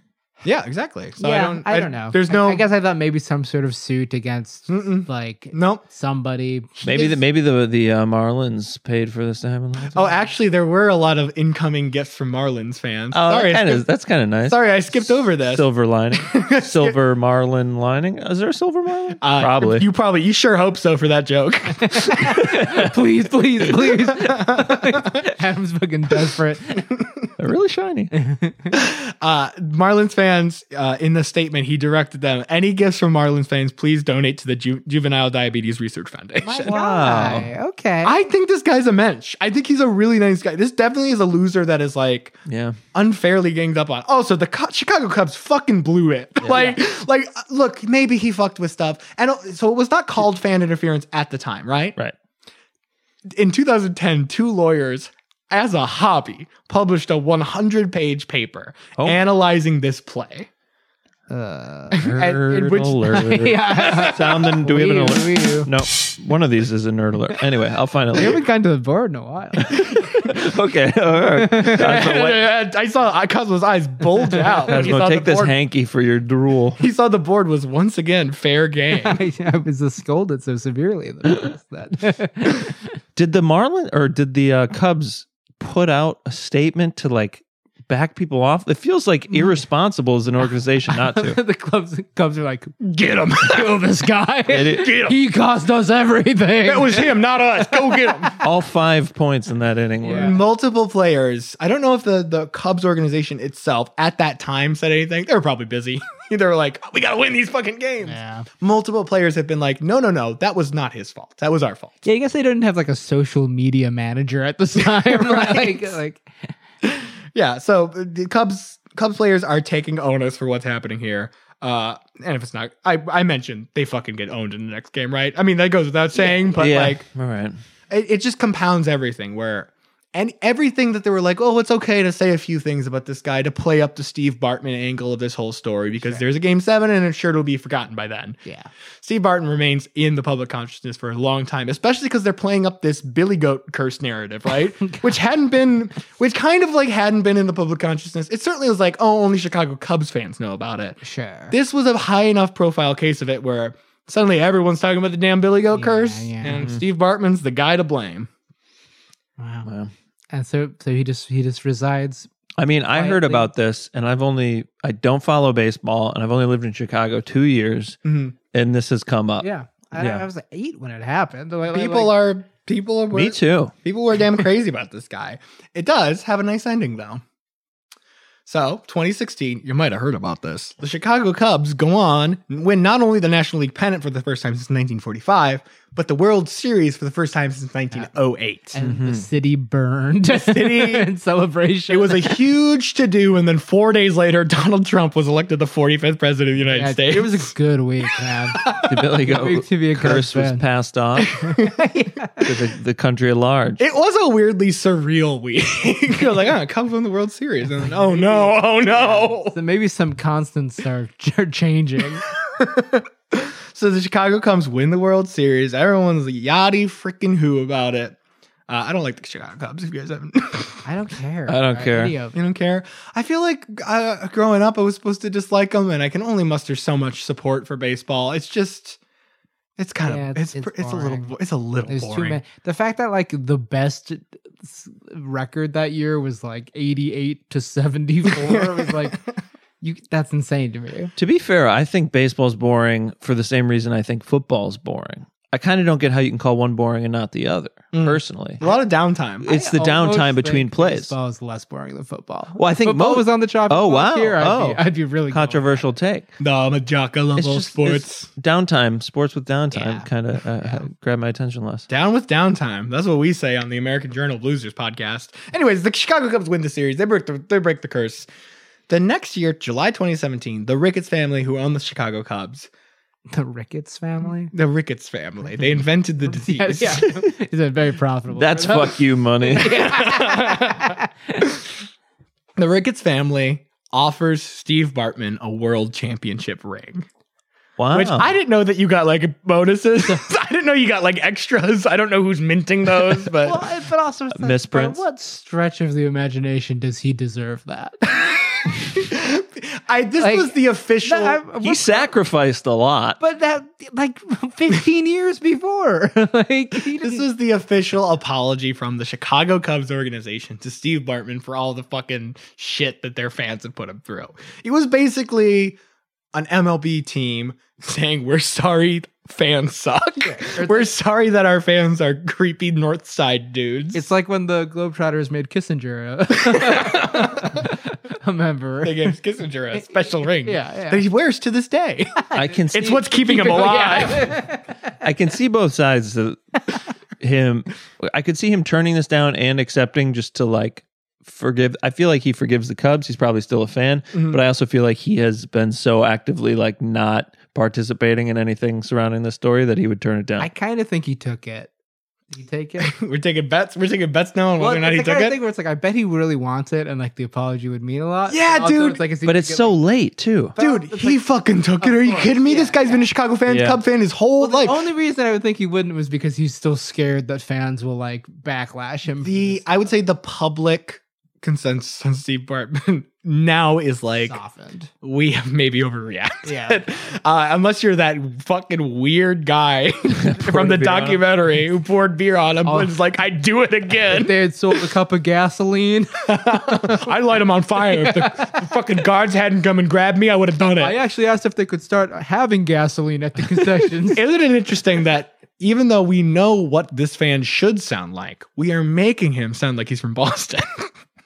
Speaker 5: yeah, exactly. So
Speaker 4: yeah,
Speaker 5: I don't.
Speaker 4: know.
Speaker 5: There's
Speaker 4: I-
Speaker 5: no.
Speaker 4: I, guess I thought maybe some sort of suit against
Speaker 5: Mm-mm.
Speaker 4: like
Speaker 5: Nope.
Speaker 4: somebody.
Speaker 6: Maybe the maybe the the uh, Marlins paid for this to happen. last
Speaker 5: Oh,
Speaker 6: time.
Speaker 5: actually, there were a lot of incoming gifts from Marlins fans.
Speaker 6: Oh,
Speaker 5: sorry, I
Speaker 6: that kinda-
Speaker 5: skipped-
Speaker 6: that's kind of nice.
Speaker 5: sorry, I skipped over this.
Speaker 6: Silver lining, silver marlin lining. Is there a silver marlin?
Speaker 5: Uh,
Speaker 6: Probably.
Speaker 5: You probably. You sure hope so for that joke.
Speaker 4: please, please, please. Adam's fucking desperate.
Speaker 6: They're really shiny.
Speaker 5: Uh, Marlins fans, uh, in the statement, he directed them any gifts from Marlins fans, please donate to the Ju- Juvenile Diabetes Research Foundation.
Speaker 6: Wow.
Speaker 4: Why? Okay.
Speaker 5: I think this guy's a mensch. I think he's a really nice guy. This definitely is a loser that is like
Speaker 6: Yeah.
Speaker 5: unfairly ganged up on. Also, the Co- Chicago Cubs fucking blew it. like, like, uh, look, maybe he fucked with stuff, and uh, so it was not called fan interference at the time, right?
Speaker 6: Right.
Speaker 5: In 2010, two lawyers, as a hobby, published a 100-page paper
Speaker 6: Oh.
Speaker 5: analyzing this play.
Speaker 4: Uh,
Speaker 5: At- in which-
Speaker 6: alert.
Speaker 4: yeah.
Speaker 6: Sound then do we have an
Speaker 4: Wee-oo,
Speaker 6: alert?
Speaker 4: wee-oo.
Speaker 6: No. One of these is a nerd alert. Anyway, I'll find it
Speaker 4: We
Speaker 6: later.
Speaker 4: haven't gone to the board in a while.
Speaker 6: okay. All right. Time for what-
Speaker 5: I saw Cosmo's eyes bulge out. when he
Speaker 6: Cosmo,
Speaker 5: saw
Speaker 6: take
Speaker 5: the
Speaker 6: this
Speaker 5: board.
Speaker 6: hanky for your drool.
Speaker 5: He saw the board was once again fair game.
Speaker 4: I, I was just scolded so severely that I missed that.
Speaker 6: Did the Marlin or did the uh, Cubs put out a statement to like back people off? It feels
Speaker 4: Mm.
Speaker 6: like irresponsible as an organization not to.
Speaker 4: the clubs, clubs are like,
Speaker 5: Get him.
Speaker 4: kill this guy.
Speaker 6: it- Get
Speaker 4: he cost us everything.
Speaker 5: That was him, not us. Go get him.
Speaker 6: All five points in that inning were.
Speaker 4: Yeah.
Speaker 5: multiple players. I don't know if the the Cubs organization itself at that time said anything. They were probably busy. they were like, "We gotta win these fucking games."
Speaker 4: yeah.
Speaker 5: Multiple players have been like, "No, no, no, that was not his fault. That was our fault."
Speaker 4: Yeah, I guess they didn't have like a social media manager at the time.
Speaker 5: Right.
Speaker 4: Like, like
Speaker 5: Yeah. So uh, the Cubs Cubs players are taking onus for what's happening here. Uh, and if it's not, I, I mentioned they fucking get owned in the next game, right? I mean, that goes without saying, but
Speaker 6: Yeah.
Speaker 5: like,
Speaker 6: all right.
Speaker 5: it, it just compounds everything where and everything that they were like, oh, it's okay to say a few things about this guy to play up the Steve Bartman angle of this whole story because there's a game seven and I'm sure it'll be forgotten by then.
Speaker 4: yeah.
Speaker 5: Steve Barton remains in the public consciousness for a long time, especially because they're playing up this Billy Goat curse narrative, right? which hadn't been, which kind of like hadn't been in the public consciousness. It certainly was like, oh, only Chicago Cubs fans know about it.
Speaker 4: Sure.
Speaker 5: This was a high enough profile case of it where suddenly everyone's talking about the damn Billy Goat
Speaker 4: Yeah,
Speaker 5: curse,
Speaker 4: yeah.
Speaker 6: Mm-hmm.
Speaker 5: and Steve Bartman's the guy to blame.
Speaker 4: wow.
Speaker 6: Wow.
Speaker 4: And so so he just he just resides.
Speaker 6: I mean, I heard
Speaker 4: quietly.
Speaker 6: about this, and I've only I don't follow baseball, and I've only lived in Chicago two years,
Speaker 5: Mhm.
Speaker 6: and this has come up.
Speaker 4: Mm-hmm. Yeah. I,
Speaker 6: Yeah.
Speaker 4: I was like eight when it happened. Like,
Speaker 5: People
Speaker 4: like,
Speaker 5: are people are
Speaker 6: me too.
Speaker 5: people were damn crazy about this guy. It does have a nice ending though. So, 2016, you might have heard about this. The Chicago Cubs go on and win not only the National League pennant for the first time since 1945, but the World Series for the first time since 1908.
Speaker 4: and the city burned. The
Speaker 5: Mm-hmm. city-
Speaker 4: in celebration.
Speaker 5: It was a huge to do, and then four days later, Donald Trump was elected the 45th president of the United
Speaker 4: Yeah,
Speaker 5: States.
Speaker 4: It was a good week, man.
Speaker 6: The Billy Goat
Speaker 4: to be a Cubs
Speaker 6: curse was
Speaker 4: fan.
Speaker 6: passed on to the, the country at large.
Speaker 5: It was a weirdly surreal week. You're like, oh, Cubs win the World Series. And then, oh no, oh no.
Speaker 4: so maybe some constants are, are changing.
Speaker 5: So the Chicago Cubs win the World Series. Everyone's yachty freaking who about it. Uh, I don't like the Chicago Cubs if you guys haven't.
Speaker 4: I don't care.
Speaker 6: I don't
Speaker 4: Uh,
Speaker 6: care.
Speaker 4: any of
Speaker 5: you don't care. I feel like uh, growing up, I was supposed to dislike them, and I can only muster so much support for baseball. It's just, it's kind
Speaker 4: Yeah,
Speaker 5: of,
Speaker 4: it's-
Speaker 5: it's
Speaker 4: it's
Speaker 5: it's, a little,
Speaker 4: boring.
Speaker 5: it's a little
Speaker 4: There's too
Speaker 5: boring.
Speaker 4: many. The fact that like the best uh, s- record that year was like 88 to 74. it was like, you, that's insane to me.
Speaker 6: To be fair, I think baseball's boring for the same reason I think football's boring. I kind of don't get how you can call one boring and not the other, personally.
Speaker 5: A lot of downtime.
Speaker 6: It's the
Speaker 4: Mm. I almost
Speaker 6: downtime between
Speaker 4: think
Speaker 6: plays.
Speaker 4: Baseball is less boring than football.
Speaker 6: Well, I think
Speaker 4: football
Speaker 6: mo-
Speaker 4: was uh, on the chopping
Speaker 6: Oh,
Speaker 4: block
Speaker 6: wow.
Speaker 4: Here, I'd,
Speaker 6: Oh.
Speaker 4: be, I'd be really going.
Speaker 6: Controversial take.
Speaker 5: No, I'm a jock. I love
Speaker 6: It's
Speaker 5: all
Speaker 6: just
Speaker 5: sports.
Speaker 6: it's downtime. Sports with downtime
Speaker 4: Yeah.
Speaker 6: kind of uh, grabbed my attention less.
Speaker 5: Down with downtime. That's what we say on the American Journal of Losers podcast. Anyways, the Chicago Cubs win the series. They break the, they break the curse. The next year, July 2017, the Ricketts family who owned the Chicago Cubs,
Speaker 4: The Ricketts family.
Speaker 5: the Ricketts family, they invented the disease.
Speaker 4: yeah, it's a very profitable.
Speaker 6: That's
Speaker 4: That was-
Speaker 6: fuck you money.
Speaker 5: The Ricketts family offers Steve Bartman a world championship ring.
Speaker 6: Wow.
Speaker 4: Oh.
Speaker 5: Which I didn't know that you got like bonuses. I didn't know you got like extras. I don't know who's minting those, but
Speaker 4: Well, I- but
Speaker 6: uh,
Speaker 4: also, it's like,
Speaker 6: Misprints.
Speaker 4: by what stretch of the imagination does he deserve that?
Speaker 5: I this
Speaker 4: Like,
Speaker 5: was the official.
Speaker 4: That- I-
Speaker 6: he sacrificed a lot.
Speaker 4: but that like 15 years before, like he
Speaker 5: this
Speaker 4: didn't-
Speaker 5: was the official apology from the Chicago Cubs organization to Steve Bartman for all the fucking shit that their fans had put him through. It was basically an MLB team saying, We're sorry fans suck. We're sorry that our fans are creepy North Side dudes.
Speaker 4: It's like when the Globetrotters made Kissinger a, a member.
Speaker 5: they gave Kissinger a special ring
Speaker 4: Yeah, yeah.
Speaker 5: that he wears to this day.
Speaker 6: I can see
Speaker 5: it's what's keeping him alive.
Speaker 6: I can see both sides of him. I could see him turning this down and accepting just to like forgive. I feel like he forgives the Cubs. He's probably still a fan,
Speaker 4: Mm-hmm.
Speaker 6: but I also feel like he has been so actively like not participating in anything surrounding this story that he would turn it down.
Speaker 4: I kind of think he took it. Did he take it?
Speaker 5: We're taking bets. We're taking bets now on whether or not
Speaker 4: it's the
Speaker 5: he took
Speaker 4: kind of
Speaker 5: it.
Speaker 4: thing where it's like I bet he really wants it, and like the apology would mean a lot.
Speaker 5: Yeah,
Speaker 4: But also,
Speaker 5: dude.
Speaker 4: It's like, is he
Speaker 6: but
Speaker 4: gonna
Speaker 6: it's
Speaker 4: get,
Speaker 6: so
Speaker 4: like-
Speaker 6: late too.
Speaker 5: Dude,
Speaker 4: It's
Speaker 5: he fucking took it. Are you
Speaker 4: course,
Speaker 5: kidding me? this
Speaker 4: yeah,
Speaker 5: guy's been a Chicago fan,
Speaker 6: Yeah.
Speaker 5: Cub fan his whole
Speaker 4: Well, the
Speaker 5: life.
Speaker 4: only reason I would think he wouldn't was because he's still scared that fans will like backlash him. for
Speaker 5: the
Speaker 4: this
Speaker 5: I would say the public consensus on Steve Bartman now is like
Speaker 4: softened.
Speaker 5: we have maybe overreacted.
Speaker 4: Yeah.
Speaker 5: Uh, unless you're that fucking weird guy from the
Speaker 6: beer on him.
Speaker 5: documentary who poured beer on him and was like, I'd do it
Speaker 4: If
Speaker 5: again.
Speaker 4: they had sold a cup of gasoline,
Speaker 5: I'd light him on fire. If the, the fucking guards hadn't come and grabbed me, I would have done it.
Speaker 4: I actually asked if they could start having gasoline at the concessions.
Speaker 5: Isn't it interesting that even though we know what this fan should sound like, we are making him sound like he's from Boston.
Speaker 4: yeah,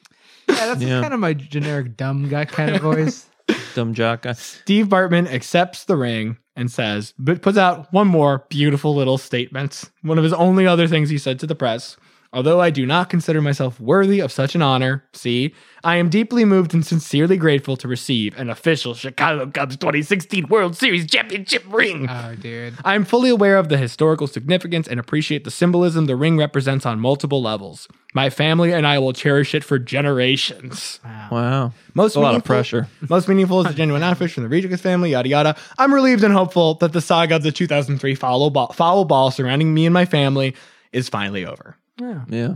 Speaker 4: that's
Speaker 6: Yeah.
Speaker 4: kind of my generic dumb guy kind of voice.
Speaker 6: Dumb jock. guy.
Speaker 5: Steve Bartman accepts the ring and says, but puts out one more beautiful little statement. One of his only other things he said to the press. Although I do not consider myself worthy of such an honor, see, I am deeply moved and sincerely grateful to receive an official Chicago Cubs 2016 World Series championship ring.
Speaker 4: Oh, dude.
Speaker 5: I am fully aware of the historical significance and appreciate the symbolism the ring represents on multiple levels. My family and I will cherish it for generations.
Speaker 6: Wow.
Speaker 5: Most
Speaker 6: a lot of
Speaker 5: meaningful-
Speaker 6: pressure.
Speaker 5: Most meaningful is the genuine outfit from the Regis family, yada yada. I'm relieved and hopeful that the saga of the 2003 foul ball, foul ball surrounding me and my family is finally over.
Speaker 6: Yeah.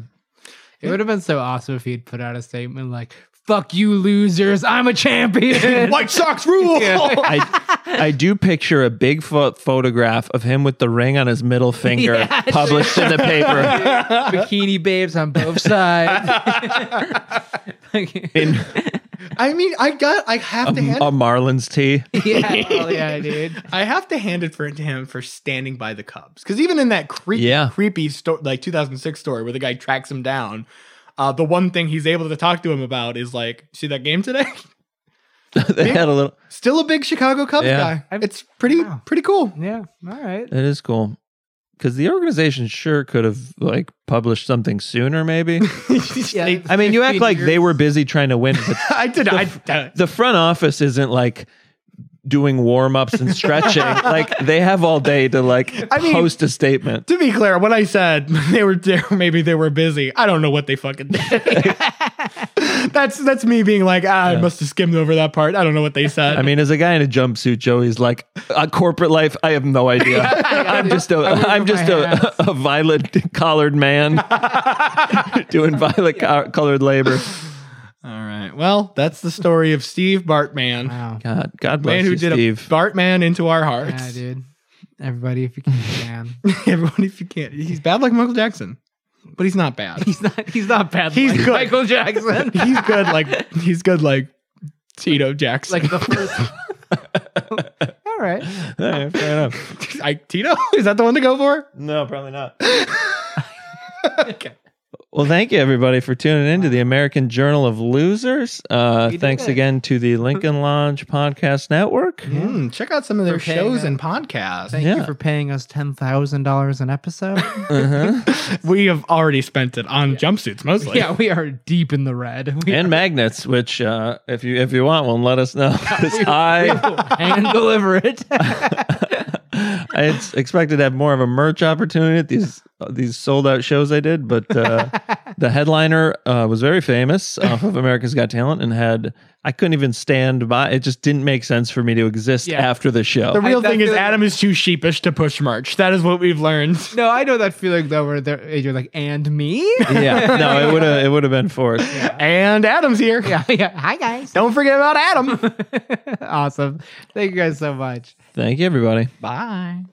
Speaker 4: It would have been so awesome if he'd put out a statement like, fuck you losers, I'm a champion.
Speaker 5: White Sox rule!
Speaker 6: I I do picture a big pho- photograph of him with the ring on his middle finger published in the paper
Speaker 4: Bikini babes on both sides.
Speaker 6: in
Speaker 5: I mean, I got, I have to hand,
Speaker 6: a Marlins tee.
Speaker 4: yeah, hell yeah, dude.
Speaker 5: I have to hand it for to him for standing by the Cubs because even in that creepy,
Speaker 6: Yeah.
Speaker 5: creepy sto- like 2006 story where the guy tracks him down, uh, the one thing he's able to talk to him about is like, see that game today?
Speaker 6: they had a little.
Speaker 5: Still a big Chicago Cubs
Speaker 6: Yeah.
Speaker 5: guy.
Speaker 4: I've-
Speaker 5: it's pretty,
Speaker 4: Wow.
Speaker 5: pretty cool.
Speaker 4: Yeah, all right.
Speaker 6: It is cool because the organization sure could have like published something sooner. Maybe
Speaker 4: Yeah.
Speaker 6: I mean, you act
Speaker 4: 15
Speaker 6: like they
Speaker 4: years.
Speaker 6: were busy trying to win. But
Speaker 5: I did. I, uh,
Speaker 6: the front office isn't like doing warm ups and stretching. like they have all day to like
Speaker 5: I mean-
Speaker 6: post a statement.
Speaker 5: to be clear, when I said they were there, maybe they were busy. I don't know what they fucking did. that's that's me being like, ah, I must have skimmed over that part. I don't know what they said.
Speaker 6: I mean, as a guy in a jumpsuit, Joey's like, a corporate life, I have no idea. I'm just a, I'm
Speaker 4: wave my
Speaker 6: just a, a violet collared man doing violet co- colored labor.
Speaker 5: all right. Well, that's the story of Steve Bartman,
Speaker 4: Wow.
Speaker 6: God, God bless
Speaker 5: man
Speaker 6: you,
Speaker 5: who did
Speaker 6: Steve.
Speaker 5: a Bartman into our hearts.
Speaker 4: Yeah, dude. Everybody, if you can, man.
Speaker 5: Everyone, if you can't, he's bad like Michael Jackson. but he's not bad.
Speaker 4: He's not. He's not bad.
Speaker 5: He's
Speaker 4: like
Speaker 5: good.
Speaker 4: Michael Jackson.
Speaker 5: he's good like he's good like Tito Jackson.
Speaker 4: like the first. All right.
Speaker 6: Alright, fair enough.
Speaker 5: I, Tito is that the one to go for?
Speaker 6: No, probably not.
Speaker 4: Okay.
Speaker 6: Well, thank you everybody for tuning in to the American Journal of Losers. Uh,
Speaker 4: did
Speaker 6: thanks
Speaker 4: it.
Speaker 6: again to the Lincoln Lodge Podcast Network.
Speaker 5: Hmm, check out some of their
Speaker 4: For paying
Speaker 5: shows
Speaker 4: up.
Speaker 5: and podcasts.
Speaker 4: Thank
Speaker 6: Yeah.
Speaker 4: you for paying us ten thousand dollars an episode.
Speaker 5: We have already spent it on jumpsuits mostly.
Speaker 4: yeah, we are deep in the red. We
Speaker 6: And magnets, which uh, if you if you want one, let us know. 'Cause I
Speaker 4: and deliver it.
Speaker 6: I had expected to have more of a merch opportunity at these uh, these sold out shows I did, but uh, the headliner uh, was very famous off of America's Got Talent and had I couldn't even stand by. It just didn't make sense for me to exist
Speaker 4: Yeah.
Speaker 6: after the show.
Speaker 5: The real
Speaker 4: I- I
Speaker 5: thing is
Speaker 4: feel like-
Speaker 5: Adam is too sheepish to push merch. That is what we've learned.
Speaker 4: no, I know that feeling though, where they're, you're like, and me.
Speaker 6: yeah, no, it would have it would have been forced.
Speaker 5: And Adam's here.
Speaker 4: yeah, yeah. Hi guys.
Speaker 5: Don't forget about Adam.
Speaker 4: awesome. Thank you guys so much.
Speaker 6: Thank you, everybody.
Speaker 5: Bye.